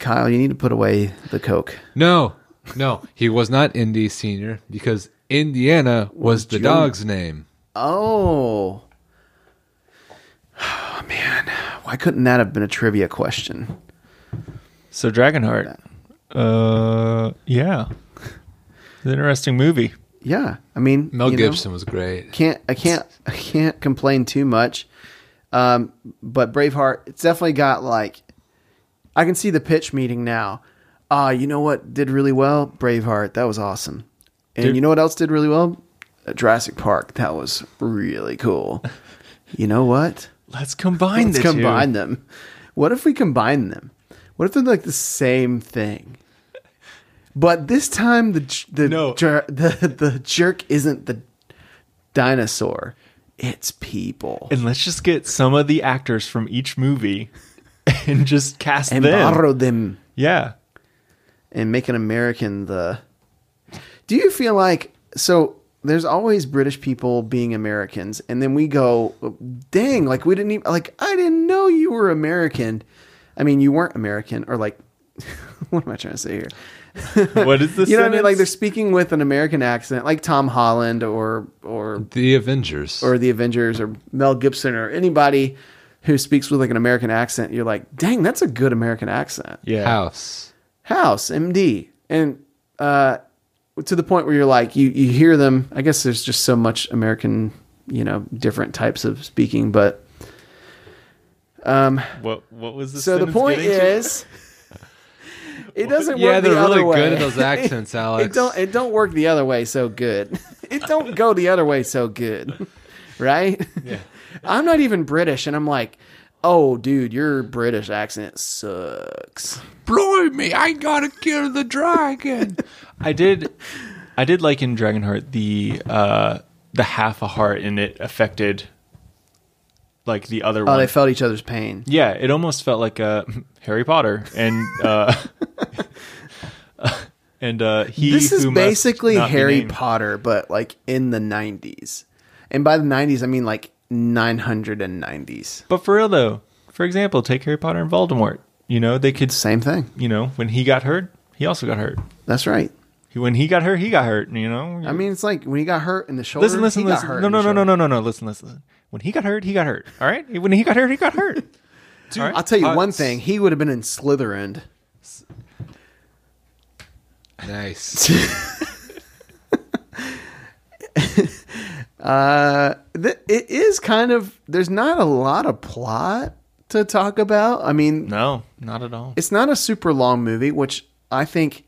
Speaker 5: Kyle, you need to put away the coke.
Speaker 6: No, no, he was not Indy Senior because Indiana was the
Speaker 5: Junior.
Speaker 6: dog's name.
Speaker 5: Oh. Oh man, why couldn't that have been a trivia question?
Speaker 4: So Dragonheart. Uh, yeah, It's an interesting movie.
Speaker 5: Yeah, I mean
Speaker 6: Mel
Speaker 5: you know,
Speaker 6: Gibson was great.
Speaker 5: can't I can't I can't complain too much. Um, but Braveheart, it's definitely got like I can see the pitch meeting now. Ah, you know what did really well? Braveheart, that was awesome. And
Speaker 4: Dude.
Speaker 5: you know what else did really well? Jurassic Park, that was really cool. you know what?
Speaker 4: Let's combine
Speaker 5: Let's
Speaker 4: the
Speaker 5: combine them. What if we combine them? What if they're like the same thing? But this time the j- the
Speaker 4: No.
Speaker 5: jer- the the jerk isn't the dinosaur. It's people.
Speaker 4: two, and let's just get some of the actors from each movie and just cast
Speaker 5: and
Speaker 4: them.
Speaker 5: borrow them
Speaker 4: yeah.
Speaker 5: and make an American the. Do you feel like so? There's always British people being Americans, and then we go, dang, like we didn't even like I didn't know you were American. I mean, you weren't American, or like, what am I trying to say here?
Speaker 4: What is this?
Speaker 5: you know what I mean? Like they're
Speaker 4: sentence?
Speaker 5: speaking with an American accent, like Tom Holland or or
Speaker 6: The Avengers.
Speaker 5: or the Avengers or Mel Gibson or anybody who speaks with like an American accent. You're like, dang, that's a good American accent.
Speaker 4: yeah.
Speaker 6: House.
Speaker 5: House, MD, and uh, to the point where you're like, you you hear them. I guess there's just so much American, you know, different types of speaking. But um,
Speaker 4: What What was this?
Speaker 5: so the
Speaker 4: sentence
Speaker 5: point
Speaker 4: getting to?
Speaker 5: is, it doesn't
Speaker 6: Yeah,
Speaker 5: work.
Speaker 6: they're
Speaker 5: the other
Speaker 6: really
Speaker 5: way.
Speaker 6: good at those accents, Alex.
Speaker 5: It don't it don't work the other way so good. It don't go the other way so good. Right? Yeah. I'm not even British and I'm like, "Oh, dude, your British accent sucks."
Speaker 6: Blow me! I gotta kill the dragon.
Speaker 4: I did, I did like in Dragonheart the uh the half a heart, and it affected like the other
Speaker 5: Oh,
Speaker 4: one.
Speaker 5: they felt each other's pain.
Speaker 4: yeah, it almost felt like uh, Harry Potter, and uh, and uh, he.
Speaker 5: This is
Speaker 4: who must
Speaker 5: basically
Speaker 4: not be
Speaker 5: Harry
Speaker 4: named.
Speaker 5: Potter but like in the 90s. And by the 90s, I mean like 990s.
Speaker 4: But for real though, for example, take Harry Potter and Voldemort. You know, they could.
Speaker 5: Same thing.
Speaker 4: You know, when he got hurt, he also got hurt.
Speaker 5: That's right.
Speaker 4: He- When he got hurt, he got hurt. You know.
Speaker 5: I mean, it's like when he got hurt in the shoulder,
Speaker 4: listen, listen,
Speaker 5: he
Speaker 4: listen.
Speaker 5: got hurt.
Speaker 4: no,
Speaker 5: in
Speaker 4: no,
Speaker 5: the
Speaker 4: no, no,
Speaker 5: shoulder.
Speaker 4: no, no, no. Listen, listen, listen. When he got hurt, he got hurt. All right. When he got hurt, he got hurt. Uh, Dude,
Speaker 5: I'll tell you one thing. He would have been in Slytherin.
Speaker 6: Nice.
Speaker 5: Uh, th- it is kind of there's not a lot of plot to talk about. I mean,
Speaker 4: No, not at all.
Speaker 5: it's not a super long movie, which I think,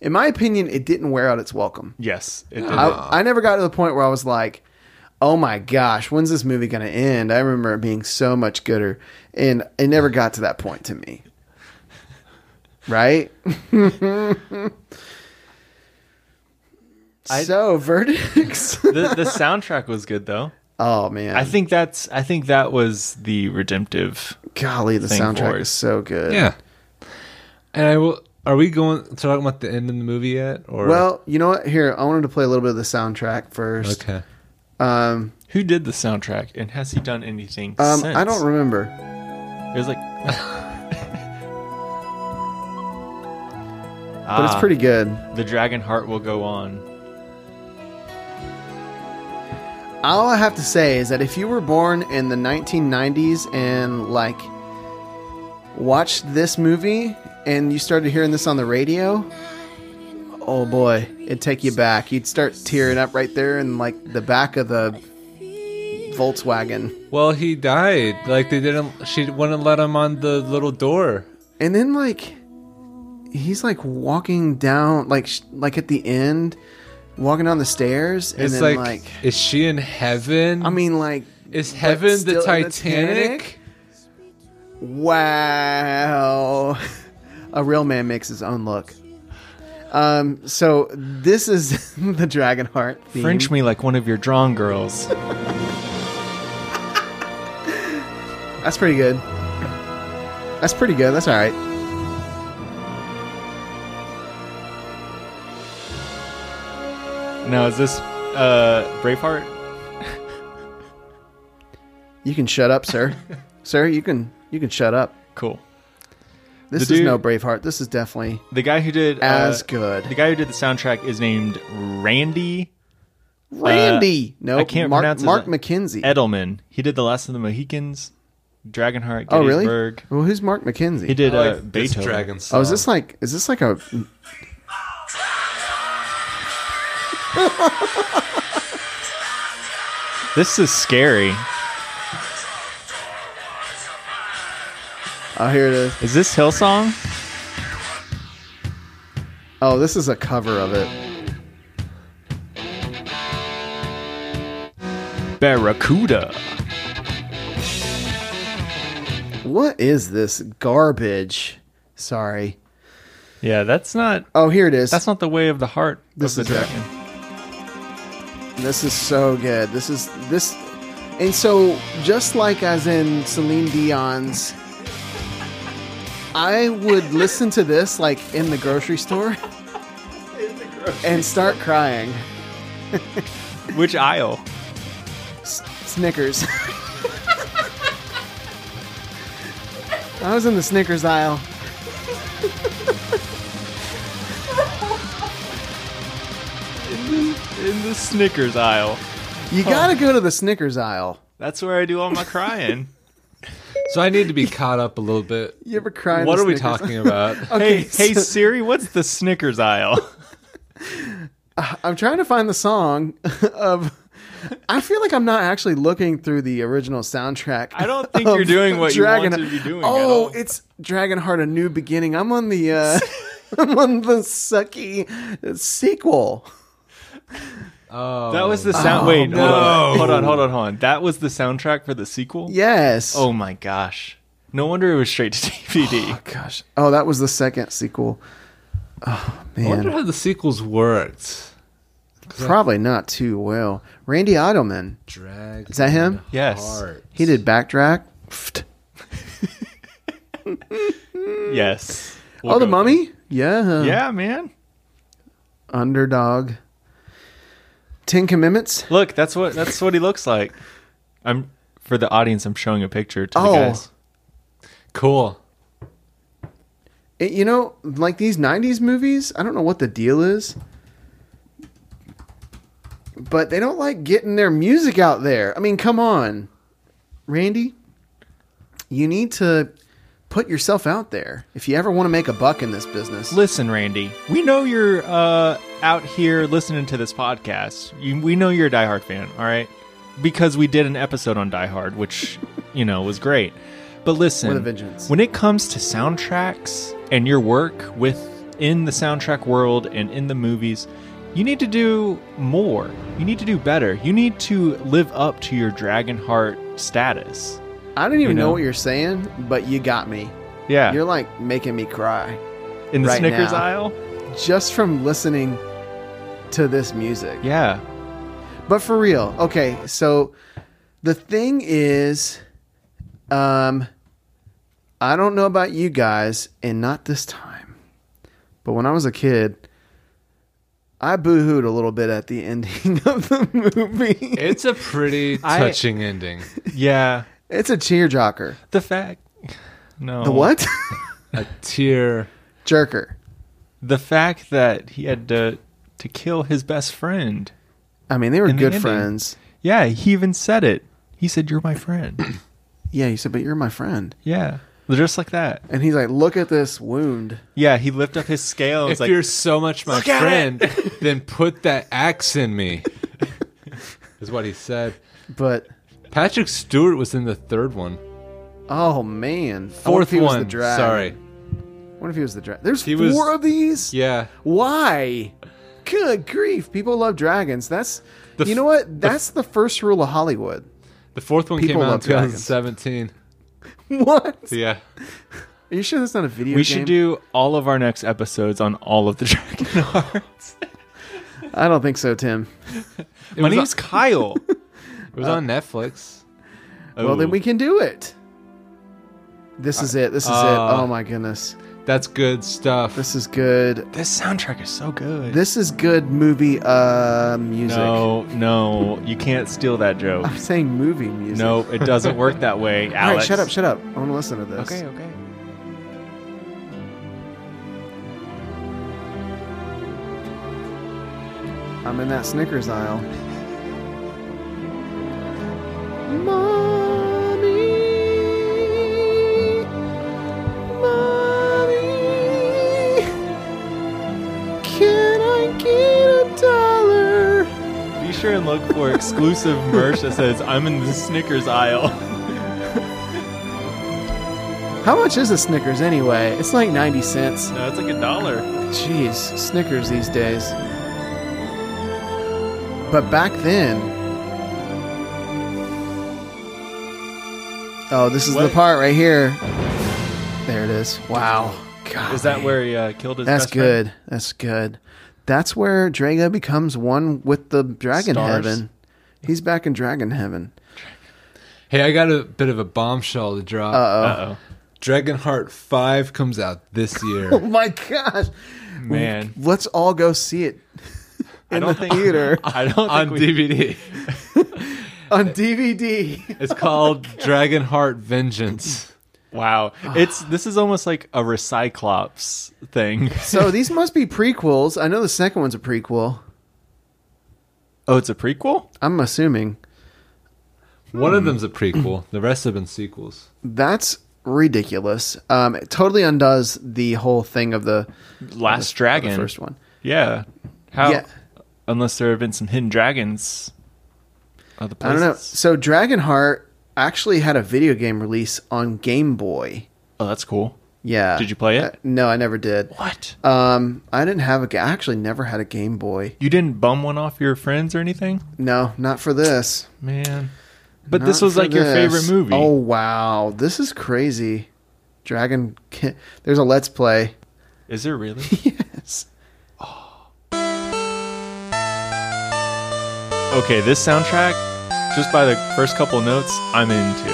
Speaker 5: in my opinion, it didn't wear out its welcome.
Speaker 4: Yes, it did.
Speaker 5: I, I never got to the point where I was like, "Oh my gosh, when's this movie going to end?" I remember it being so much gooder, and it never got to that point to me. Right. so verdicts.
Speaker 4: the, the soundtrack was good though.
Speaker 5: oh man,
Speaker 4: I think that's I think that was the redemptive.
Speaker 5: golly, the
Speaker 4: thing for
Speaker 5: soundtrack
Speaker 4: it.
Speaker 5: is so good.
Speaker 6: yeah. And I will. Are we going to talk about the end of the movie yet? Or
Speaker 5: Well, you know what? Here, I wanted to play a little bit of the soundtrack first.
Speaker 6: okay.
Speaker 5: Um,
Speaker 4: Who did the soundtrack and has he done anything
Speaker 5: um,
Speaker 4: since?
Speaker 5: I don't remember.
Speaker 4: It was like
Speaker 5: But
Speaker 4: Ah.
Speaker 5: it's pretty good.
Speaker 4: The Dragon Heart will go on.
Speaker 5: All I have to say is that if you were born in the 1990s and like watched this movie and you started hearing this on the radio, oh boy, it'd take you back. You'd start tearing up right there in like the back of the Volkswagen.
Speaker 6: Well, he died. Like they didn't. She wouldn't let him on the little door.
Speaker 5: and then like he's like walking down like sh- like at the end walking down the stairs and
Speaker 6: It's
Speaker 5: then
Speaker 6: like,
Speaker 5: like,
Speaker 6: is she in heaven?
Speaker 5: i mean like
Speaker 6: is heaven the
Speaker 5: still in the
Speaker 6: Titanic?
Speaker 5: Titanic? wow a real man makes his own look um so this is the dragonheart theme.
Speaker 4: French me like one of your drawn girls.
Speaker 5: that's pretty good that's pretty good that's all right
Speaker 4: now is this uh Braveheart?
Speaker 5: you can shut up sir sir you can you can shut up
Speaker 4: Cool.
Speaker 5: this
Speaker 4: The
Speaker 5: is no
Speaker 4: dude-
Speaker 5: braveheart this is definitely
Speaker 4: The guy who did uh,
Speaker 5: as good
Speaker 4: The guy who did the soundtrack is named Randy
Speaker 5: Randy. no,
Speaker 4: Uh, I can't
Speaker 5: Mark,
Speaker 4: pronounce his
Speaker 5: Mark
Speaker 4: na-
Speaker 5: McKenzie.
Speaker 4: Edelman. He did The Last of the Mohicans, Dragonheart,
Speaker 5: oh, really?
Speaker 4: Gettysburg.
Speaker 5: Well, who's Mark McKenzie?
Speaker 4: He did
Speaker 6: I like
Speaker 4: uh,
Speaker 6: this
Speaker 4: Beethoven.
Speaker 6: dragon
Speaker 5: Oh,
Speaker 6: song.
Speaker 5: is this like? Is this like a?
Speaker 4: This is scary.
Speaker 5: Oh, here it is.
Speaker 4: Is this Hillsong?
Speaker 5: Oh, this is a cover of it.
Speaker 4: Barracuda.
Speaker 5: What is this garbage? Sorry.
Speaker 4: Yeah, that's not
Speaker 5: Oh, here it is.
Speaker 4: that's not the way of the heart
Speaker 5: This
Speaker 4: of the
Speaker 5: is it.
Speaker 4: dragon.
Speaker 5: This is so good. This is this, and so just like as in Celine Dion's I would listen to this like in the grocery store and start crying.
Speaker 4: Which aisle?
Speaker 5: S- Snickers. I was in the Snickers aisle.
Speaker 4: In the Snickers aisle.
Speaker 6: Oh.
Speaker 5: You gotta go to the Snickers aisle.
Speaker 4: That's where I do all my crying.
Speaker 6: So I need to be caught up a little bit.
Speaker 5: You ever cry? in
Speaker 6: What
Speaker 5: the
Speaker 6: are we
Speaker 5: Snickers-
Speaker 6: talking about?
Speaker 5: Okay,
Speaker 4: hey, hey
Speaker 5: so-
Speaker 4: Siri, what's the Snickers aisle?
Speaker 5: I'm trying to find the song of. I feel like I'm not actually looking through the original soundtrack.
Speaker 4: I don't think you're
Speaker 5: of
Speaker 4: doing what you want to be doing at
Speaker 5: Oh,
Speaker 4: all.
Speaker 5: it's Dragonheart: A New Beginning. I'm on the. Uh, I'm on the sucky uh, sequel.
Speaker 6: Oh,
Speaker 4: That was the sound.
Speaker 5: Oh,
Speaker 4: wait,
Speaker 5: no.
Speaker 4: hold on, hold on, hold on, hold on. That was the soundtrack for the sequel.
Speaker 5: Yes.
Speaker 4: Oh my gosh! No wonder it was straight to DVD.
Speaker 5: gosh. Oh, that was the second sequel. Oh
Speaker 6: I wonder
Speaker 5: man,
Speaker 6: how the sequels worked.
Speaker 5: probably not too well. Randy Ottoman.
Speaker 6: Drag.
Speaker 5: Is that him?
Speaker 4: Yes.
Speaker 5: He did backtrack. Pfft.
Speaker 4: yes. We'll
Speaker 5: Oh, the
Speaker 4: go
Speaker 5: Mummy. Yeah.
Speaker 4: there. Yeah, man.
Speaker 5: Underdog. Ten Commandments.
Speaker 4: Look, that's what that's what he looks like. I'm for the audience. I'm showing a picture to
Speaker 5: Oh.
Speaker 4: the guys.
Speaker 6: Cool.
Speaker 5: It- you know, like these 90s movies, I don't know what the deal is. But they don't like getting their music out there. I mean, come on. Randy, you need to put yourself out there if you ever want to make a buck in this business.
Speaker 4: Listen, Randy. We know you're uh, out here listening to this podcast. You, we know you're a Die Hard fan. All right, because we did an episode on Die Hard, which you know was great. But listen,
Speaker 5: With a vengeance.
Speaker 4: when it comes to soundtracks and your work within the soundtrack world and in the movies, you need to do more. You need to do better. You need to live up to your Dragonheart status.
Speaker 5: I don't even
Speaker 4: you
Speaker 5: know.
Speaker 4: know.
Speaker 5: what you're saying, but you got me.
Speaker 4: Yeah,
Speaker 5: You're like making me cry
Speaker 4: in the
Speaker 5: right
Speaker 4: Snickers
Speaker 5: now.
Speaker 4: aisle.
Speaker 5: just from listening to this music.
Speaker 4: Yeah,
Speaker 5: But for real, okay. So the thing is, um, I don't know about you guys, and not this time. But when I was a kid, I boohooed a little bit at the ending of the movie.
Speaker 6: It's a pretty
Speaker 4: I-
Speaker 6: touching ending.
Speaker 4: yeah.
Speaker 5: It's a cheer jocker.
Speaker 4: The fact. No.
Speaker 6: Oh.
Speaker 5: The what?
Speaker 6: A tear.
Speaker 5: Jerker.
Speaker 4: The fact that he had to to kill his best friend.
Speaker 5: I mean, they were
Speaker 4: In the
Speaker 5: good
Speaker 4: ending.
Speaker 5: friends.
Speaker 4: Yeah, he even said it. He said, "You're my friend."
Speaker 5: Yeah, he said, but you're my friend.
Speaker 4: yeah, just like that.
Speaker 5: And he's like, look at this wound.
Speaker 4: Yeah, he lifted up his scale. And
Speaker 6: If
Speaker 4: was like,
Speaker 6: you're so much my
Speaker 4: "Look at
Speaker 6: friend, then put that axe in me. is what he said.
Speaker 5: But,
Speaker 6: Patrick Stewart was in the third one.
Speaker 5: oh man. I wonder if
Speaker 6: Fourth
Speaker 5: he was the
Speaker 6: one.
Speaker 5: drag.
Speaker 6: Sorry.
Speaker 5: What if he was the dragon? There's
Speaker 6: He
Speaker 5: four
Speaker 6: was-
Speaker 5: of these?
Speaker 6: Yeah.
Speaker 5: Why? Good grief. People love dragons. That's
Speaker 6: The
Speaker 5: you
Speaker 6: f-
Speaker 5: know what? That's the, first rule of Hollywood.
Speaker 6: The fourth one
Speaker 5: People
Speaker 6: came out in
Speaker 5: love dragons.
Speaker 6: 2017.
Speaker 5: What?
Speaker 6: Yeah.
Speaker 5: Are you sure that's not a video
Speaker 4: we
Speaker 5: game?
Speaker 4: should do all of our next episodes on all of the Dragon Hearts.
Speaker 5: I don't think so, Tim.
Speaker 4: My
Speaker 6: was
Speaker 4: name's Kyle.
Speaker 6: It
Speaker 5: Uh,
Speaker 6: was on Netflix.
Speaker 5: Well, then
Speaker 4: Ooh.
Speaker 5: we can do it. This is it. This is
Speaker 6: uh,
Speaker 5: it. Oh my goodness.
Speaker 6: That's good stuff.
Speaker 5: This is good.
Speaker 4: This soundtrack is so good.
Speaker 5: This is good movie uh music.
Speaker 4: no, no, you can't steal that joke.
Speaker 5: I'm saying movie music.
Speaker 4: No, it doesn't work that way, Alex.
Speaker 5: All right, shut up, shut up. I want to listen to this.
Speaker 4: Okay, okay.
Speaker 5: I'm in that Snickers aisle. Mommy, mommy, can I get a dollar?
Speaker 4: Be sure and look for exclusive merch that says "I'm in the Snickers aisle."
Speaker 5: How much is a Snickers anyway? It's like 90 cents.
Speaker 4: No, it's like a dollar.
Speaker 5: Jeez, Snickers these days. But back then. Oh, this is the
Speaker 4: What?
Speaker 5: part right here. There it is. Wow.
Speaker 4: Oh,
Speaker 5: God.
Speaker 4: Is that where he uh, killed his?
Speaker 5: That's
Speaker 4: best friend?
Speaker 5: good. That's good. That's where Drago becomes one with the Dragon
Speaker 4: Stars.
Speaker 5: Heaven. He's back in Dragon Heaven.
Speaker 6: Hey, I got a bit of a bombshell to drop.
Speaker 5: Uh oh.
Speaker 4: Uh-oh.
Speaker 6: Dragonheart 5 comes out this
Speaker 5: Oh
Speaker 6: year.
Speaker 5: my gosh.
Speaker 4: Man.
Speaker 5: Let's all go see it
Speaker 4: I
Speaker 5: in
Speaker 4: don't
Speaker 5: the
Speaker 4: think-
Speaker 5: theater
Speaker 4: I don't think
Speaker 6: on
Speaker 4: we-
Speaker 6: DVD.
Speaker 5: on DVD.
Speaker 6: It's called Dragonheart Vengeance.
Speaker 4: Wow. It's this is almost like a recyclops thing.
Speaker 5: So these must be prequels. I know the second one's a prequel.
Speaker 4: Oh, it's a prequel?
Speaker 5: I'm assuming.
Speaker 6: One of them's a prequel. The rest have been sequels.
Speaker 5: That's ridiculous. Um, it totally undoes the whole thing of the
Speaker 4: Last
Speaker 5: of the
Speaker 4: Dragon.
Speaker 5: first one.
Speaker 4: Yeah. How
Speaker 5: Yeah.
Speaker 4: unless there have been some hidden dragons other
Speaker 5: I don't know.
Speaker 4: places.
Speaker 5: So Dragonheart actually had a video game release on Game Boy.
Speaker 4: Oh, that's cool.
Speaker 5: Yeah.
Speaker 4: Did you play it?
Speaker 5: Uh, no, I never did.
Speaker 4: What?
Speaker 5: Um, I didn't have a. ga- I actually never had a Game Boy.
Speaker 4: You didn't bum one off your friends or anything?
Speaker 5: No, not for this.
Speaker 4: Man. But this
Speaker 5: Not
Speaker 4: was
Speaker 5: for
Speaker 4: like your
Speaker 5: this.
Speaker 4: favorite movie.
Speaker 5: Oh wow, this is crazy. Dragon, Ki- there's a Let's Play.
Speaker 4: Is there really?
Speaker 5: yes.
Speaker 4: Okay, this soundtrack, just by the first couple notes, I'm into.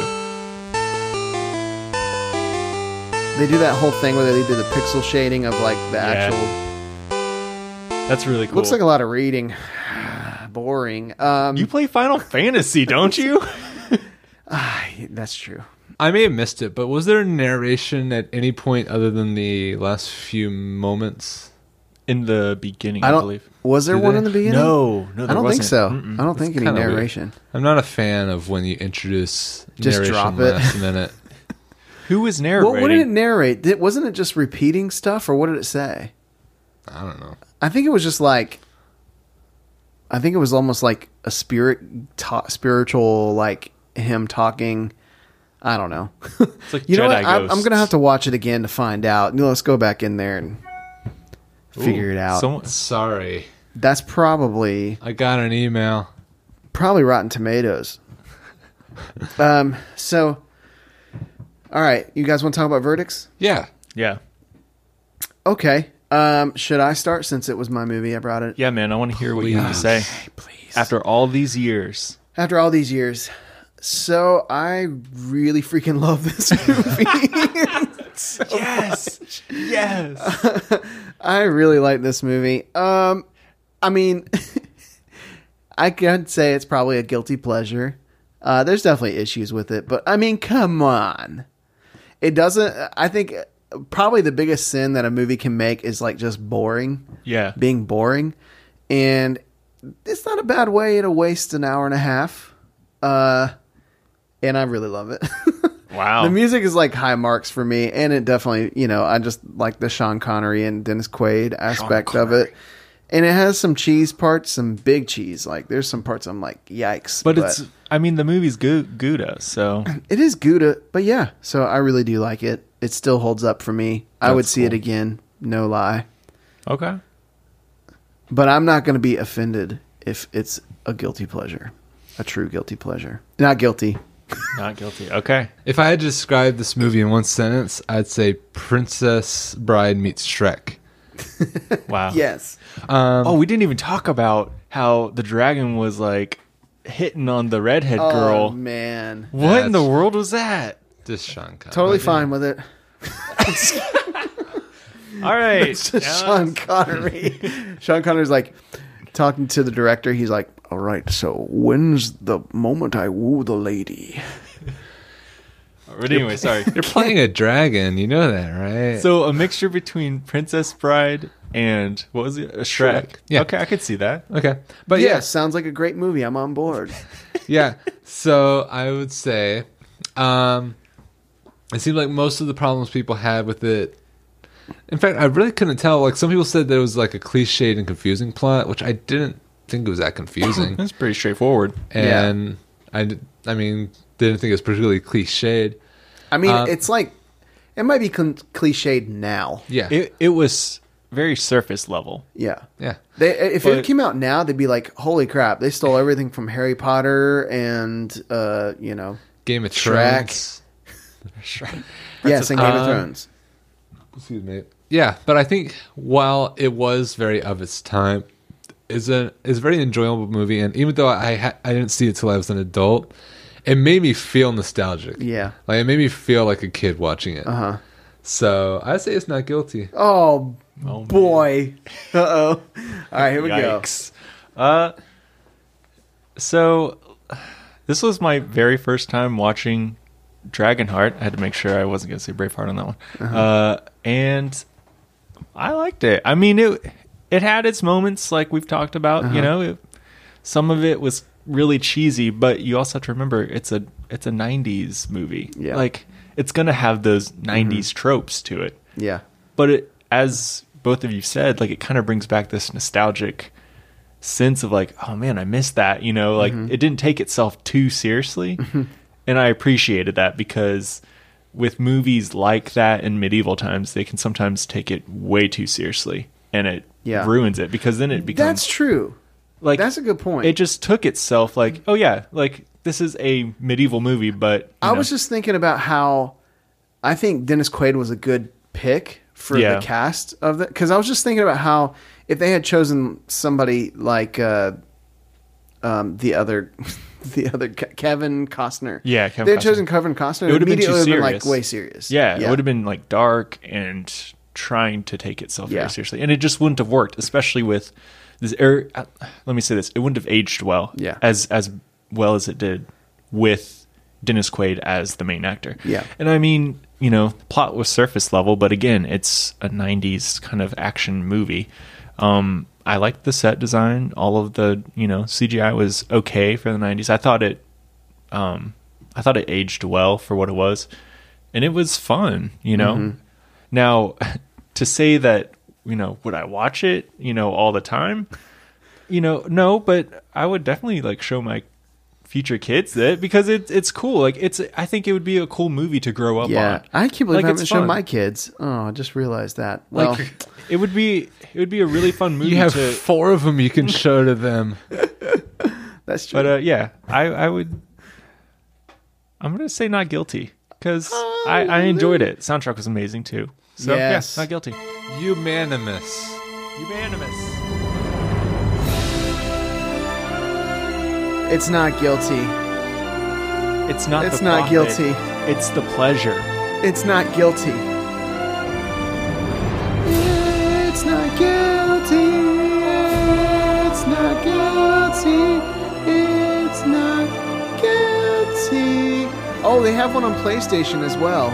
Speaker 5: They do that whole thing where they do the pixel shading of like the actual.
Speaker 4: That's really cool.
Speaker 5: Looks like a lot of reading. Boring. Um,
Speaker 4: you play Final Fantasy, don't you?
Speaker 5: that's true.
Speaker 6: I may have missed it, but was there narration at any point other than the last few moments?
Speaker 4: In the beginning, I,
Speaker 5: I don't.
Speaker 4: believe.
Speaker 5: Was there
Speaker 6: Do
Speaker 5: one
Speaker 6: they?
Speaker 5: in the beginning?
Speaker 4: No, no,
Speaker 5: I don't think so. I don't think any
Speaker 6: kinda weird.
Speaker 5: narration.
Speaker 6: I'm not a fan of when you introduce
Speaker 5: Just
Speaker 6: narration
Speaker 5: drop it.
Speaker 6: last minute.
Speaker 4: Who was
Speaker 5: Well,
Speaker 4: narrating?
Speaker 5: what did it narrate? Did, wasn't it just repeating stuff, or what did it say?
Speaker 6: I don't know.
Speaker 5: I think it was just like, I think it was almost like a spirit, ta- spiritual, like him talking. I don't know.
Speaker 4: It's like
Speaker 5: you know what?
Speaker 4: Jedi
Speaker 5: I'm, I'm
Speaker 4: ghosts.
Speaker 5: gonna have to watch it again to find out. You know, let's go back in there and figure it out.
Speaker 4: Someone-
Speaker 6: Sorry.
Speaker 5: That's probably
Speaker 6: I got an email.
Speaker 5: probably Rotten Tomatoes. um. So, all right, you guys want to talk about verdicts?
Speaker 6: Yeah.
Speaker 4: yeah,
Speaker 5: Okay. Um. Should I start since it was my movie? I brought it.
Speaker 4: yeah, man. I want to hear what you have to say.
Speaker 5: Please.
Speaker 4: After all these years,
Speaker 5: after all these years. So I really freaking love this movie.
Speaker 4: yes, yes.
Speaker 5: I really like this movie. Um, I mean, I could say it's probably a guilty pleasure. Uh, there's definitely issues with it, but I mean, come on. It doesn't. I think probably the biggest sin that a movie can make is like just boring.
Speaker 4: Yeah,
Speaker 5: being boring, and it's not a bad way to waste an hour and a half. Uh, and I really love it.
Speaker 4: Wow.
Speaker 5: the music is like high marks for me, and it definitely, you know, I just like the Sean Connery and Dennis Quaid aspect of it. And it has some cheese parts, some big cheese. Like there's some parts I'm like, yikes.
Speaker 4: but, it's. I mean, the movie's goo Gouda, so
Speaker 5: it is Gouda, but yeah. So I really do like it. It still holds up for me. I would
Speaker 6: That's
Speaker 5: see it
Speaker 6: cool.
Speaker 5: again, no lie.
Speaker 4: okay.
Speaker 5: But I'm not going to be offended if it's a guilty pleasure, a true guilty pleasure. Not guilty.
Speaker 4: Not guilty. Okay.
Speaker 6: If I had to describe this movie in one sentence, I'd say Princess Bride meets Shrek.
Speaker 4: Wow.
Speaker 5: Yes.
Speaker 4: Oh, we didn't even talk about how the dragon was like hitting on the redhead
Speaker 5: Girl,
Speaker 4: girl.
Speaker 5: Oh, man,
Speaker 4: What in the
Speaker 6: That's-
Speaker 4: world was that?
Speaker 6: Just Sean Connery.
Speaker 5: totally fine with it.
Speaker 4: All right.
Speaker 5: Sean Connery. Uh, Sean Connery's like talking to the director. He's like, "All right, so when's the moment I woo the lady?"
Speaker 4: But anyway, sorry.
Speaker 6: You're playing a dragon. You know that, right?
Speaker 4: So a mixture between Princess Bride and what was it? A Shrek.
Speaker 6: Yeah.
Speaker 4: Okay, I could see that.
Speaker 6: okay. But
Speaker 5: Yeah,
Speaker 6: yes.
Speaker 5: sounds like a great movie. I'm on board.
Speaker 6: yeah. So I would say, um, it seemed like most of the problems people had with it. In fact, I really couldn't tell. Like some people said that it was like a cliched and confusing plot, which I didn't think it was that confusing.
Speaker 4: That's pretty straightforward.
Speaker 6: and I, d- I mean, didn't think it was particularly cliched.
Speaker 5: I mean,
Speaker 6: Um,
Speaker 5: it's like it might be con- cliched now.
Speaker 6: Yeah.
Speaker 4: It it was very surface level.
Speaker 5: Yeah.
Speaker 6: yeah.
Speaker 5: They, if
Speaker 4: But-
Speaker 5: it came out now, they'd be like, "Holy crap! They stole everything from Harry Potter and uh, you know,
Speaker 6: Game of
Speaker 5: Shrek.
Speaker 6: Thrones. Shrek.
Speaker 5: yes, and Game of
Speaker 6: Um,
Speaker 5: Thrones."
Speaker 6: Excuse me. Yeah, but I think while it was very of its time, is a is a very enjoyable movie, and even though I ha- I didn't see it till I was an adult, it made me feel nostalgic.
Speaker 5: Yeah.
Speaker 6: Like it made me feel like a kid watching it.
Speaker 5: Uh-huh.
Speaker 6: So I say it's not guilty.
Speaker 5: Oh,
Speaker 4: Oh, man.
Speaker 5: boy. Uh oh. All right, here we
Speaker 4: Yikes. Uh, so this was my very first time watching Dragonheart. I had to make sure I wasn't going to say Braveheart on that one.
Speaker 5: Uh-huh.
Speaker 4: Uh, and I liked it. I mean, it it had its moments, like we've talked about.
Speaker 5: Uh-huh.
Speaker 4: You know, it, some of it was really cheesy, but you also have to remember it's a it's a '90s movie.
Speaker 5: Yeah. Mm-hmm.
Speaker 4: like it's going to have those '90s tropes to it
Speaker 5: go. Yeah.
Speaker 4: but it, as both of you said, like it kind of brings back this nostalgic sense of like, oh man, I missed that. You know, like
Speaker 5: Mm-hmm.
Speaker 4: it didn't take itself too seriously, and I appreciated that because with movies like that in medieval times, they can sometimes take it way too seriously, and it
Speaker 5: Yeah.
Speaker 4: ruins it because then it becomes
Speaker 5: That's true.
Speaker 4: like
Speaker 5: that's a good point.
Speaker 4: It just took itself like, oh yeah, like this is a medieval movie, but you
Speaker 5: I was
Speaker 4: know,
Speaker 5: just thinking about how I think Dennis Quaid was a good pick for
Speaker 4: Yeah.
Speaker 5: the cast of that because I was just thinking about how if they had chosen somebody like uh, um, the other the other Ke- Kevin Costner,
Speaker 4: Yeah,
Speaker 5: Kevin
Speaker 4: Kevin
Speaker 5: they had
Speaker 4: Costner.
Speaker 5: chosen Kevin Costner.
Speaker 4: it would have been too
Speaker 5: immediately
Speaker 4: serious.
Speaker 5: would've like way serious.
Speaker 4: Yeah, it would have been like dark and trying to take itself
Speaker 5: Yeah.
Speaker 4: very seriously, and it just wouldn't have worked, especially with this. Er, uh, let me say this: it wouldn't have aged well.
Speaker 5: Yeah.
Speaker 4: as as well as it did with Dennis Quaid as the main actor.
Speaker 5: Yeah.
Speaker 4: and I mean, you know, the plot was surface level, but again, it's a '90s kind of action movie. Um, I liked the set design. All of the you know CGI was okay for the '90s. I thought it um, I thought it aged well for what it was, and it was fun. You know, now to say that you know would I watch it you know all the time, you know no, but I would definitely like show my future kids it because it's it's cool. Like it's I think it would be a cool movie to grow up
Speaker 5: Yeah,
Speaker 4: on.
Speaker 5: I can't believe
Speaker 4: Like,
Speaker 5: I
Speaker 4: it's
Speaker 5: haven't shown
Speaker 4: fun.
Speaker 5: my kids. Oh, I just realized that. Well,
Speaker 4: like it would be it would be a really fun movie
Speaker 6: You have
Speaker 4: to
Speaker 6: four of them you can show to them.
Speaker 5: that's true.
Speaker 4: but uh, yeah, I I would I'm going to say not guilty cuz I I enjoyed it. Soundtrack was amazing too. So
Speaker 5: Oh, Yes.
Speaker 4: yeah, not guilty.
Speaker 6: Unanimous.
Speaker 4: Unanimous. uh,
Speaker 5: it's not guilty.
Speaker 4: It's not.
Speaker 5: It's
Speaker 4: the
Speaker 5: not
Speaker 4: profit.
Speaker 5: guilty.
Speaker 4: It's the pleasure.
Speaker 5: It's not guilty. It's not guilty. It's not guilty. It's not guilty. Oh, they have one on PlayStation as well.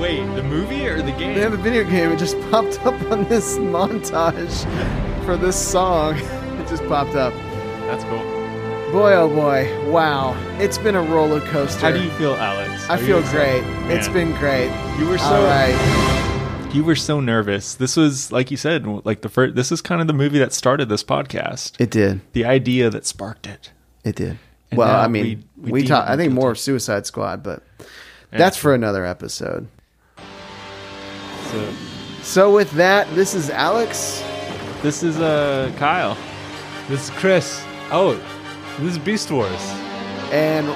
Speaker 4: Wait, the movie or the game?
Speaker 5: They have a video game. It just popped up on this montage for this song. It just popped up.
Speaker 4: That's cool.
Speaker 5: Boy, oh boy. Wow. It's been a roller coaster.
Speaker 4: How do you feel, Alex?
Speaker 5: I
Speaker 4: Are you
Speaker 5: feel great.
Speaker 4: excited?
Speaker 5: It's been great.
Speaker 4: You were so.
Speaker 5: All right.
Speaker 4: You were so nervous. This was, like you said, like the first. This is kind of the movie that started this podcast.
Speaker 5: It did.
Speaker 4: the idea that sparked it.
Speaker 5: It did.
Speaker 4: And
Speaker 5: well,
Speaker 4: now
Speaker 5: I mean, we,
Speaker 4: we- we
Speaker 5: talk.
Speaker 4: deem
Speaker 5: I think
Speaker 4: it
Speaker 5: more
Speaker 4: guilty.
Speaker 5: of Suicide Squad, but that's for another episode.
Speaker 4: So
Speaker 5: So with that, this is Alex.
Speaker 4: this is uh Kyle.
Speaker 6: This is Chris. Oh, this is Beast Wars.
Speaker 5: and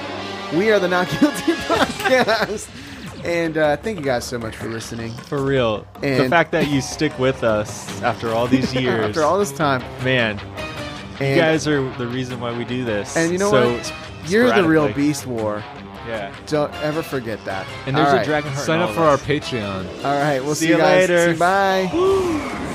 Speaker 5: we are the Not Guilty Podcast. and uh, thank you guys so much for listening.
Speaker 4: For real, the
Speaker 5: And-
Speaker 4: fact that you stick with us after all these years,
Speaker 5: After all this time,
Speaker 4: man,
Speaker 5: and,
Speaker 4: you guys are the reason why we do this.
Speaker 5: and you know
Speaker 4: so
Speaker 5: what? You're the real
Speaker 4: sporadically.
Speaker 5: Beast War.
Speaker 4: Yeah.
Speaker 5: Don't ever forget that.
Speaker 4: And there's
Speaker 5: All
Speaker 4: a
Speaker 5: right.
Speaker 4: dragon. heart in
Speaker 6: Sign
Speaker 4: all
Speaker 6: up
Speaker 4: of
Speaker 6: for our
Speaker 4: us.
Speaker 6: Patreon.
Speaker 5: All right, we'll see,
Speaker 4: See you
Speaker 5: guys.
Speaker 4: later.
Speaker 5: See- bye.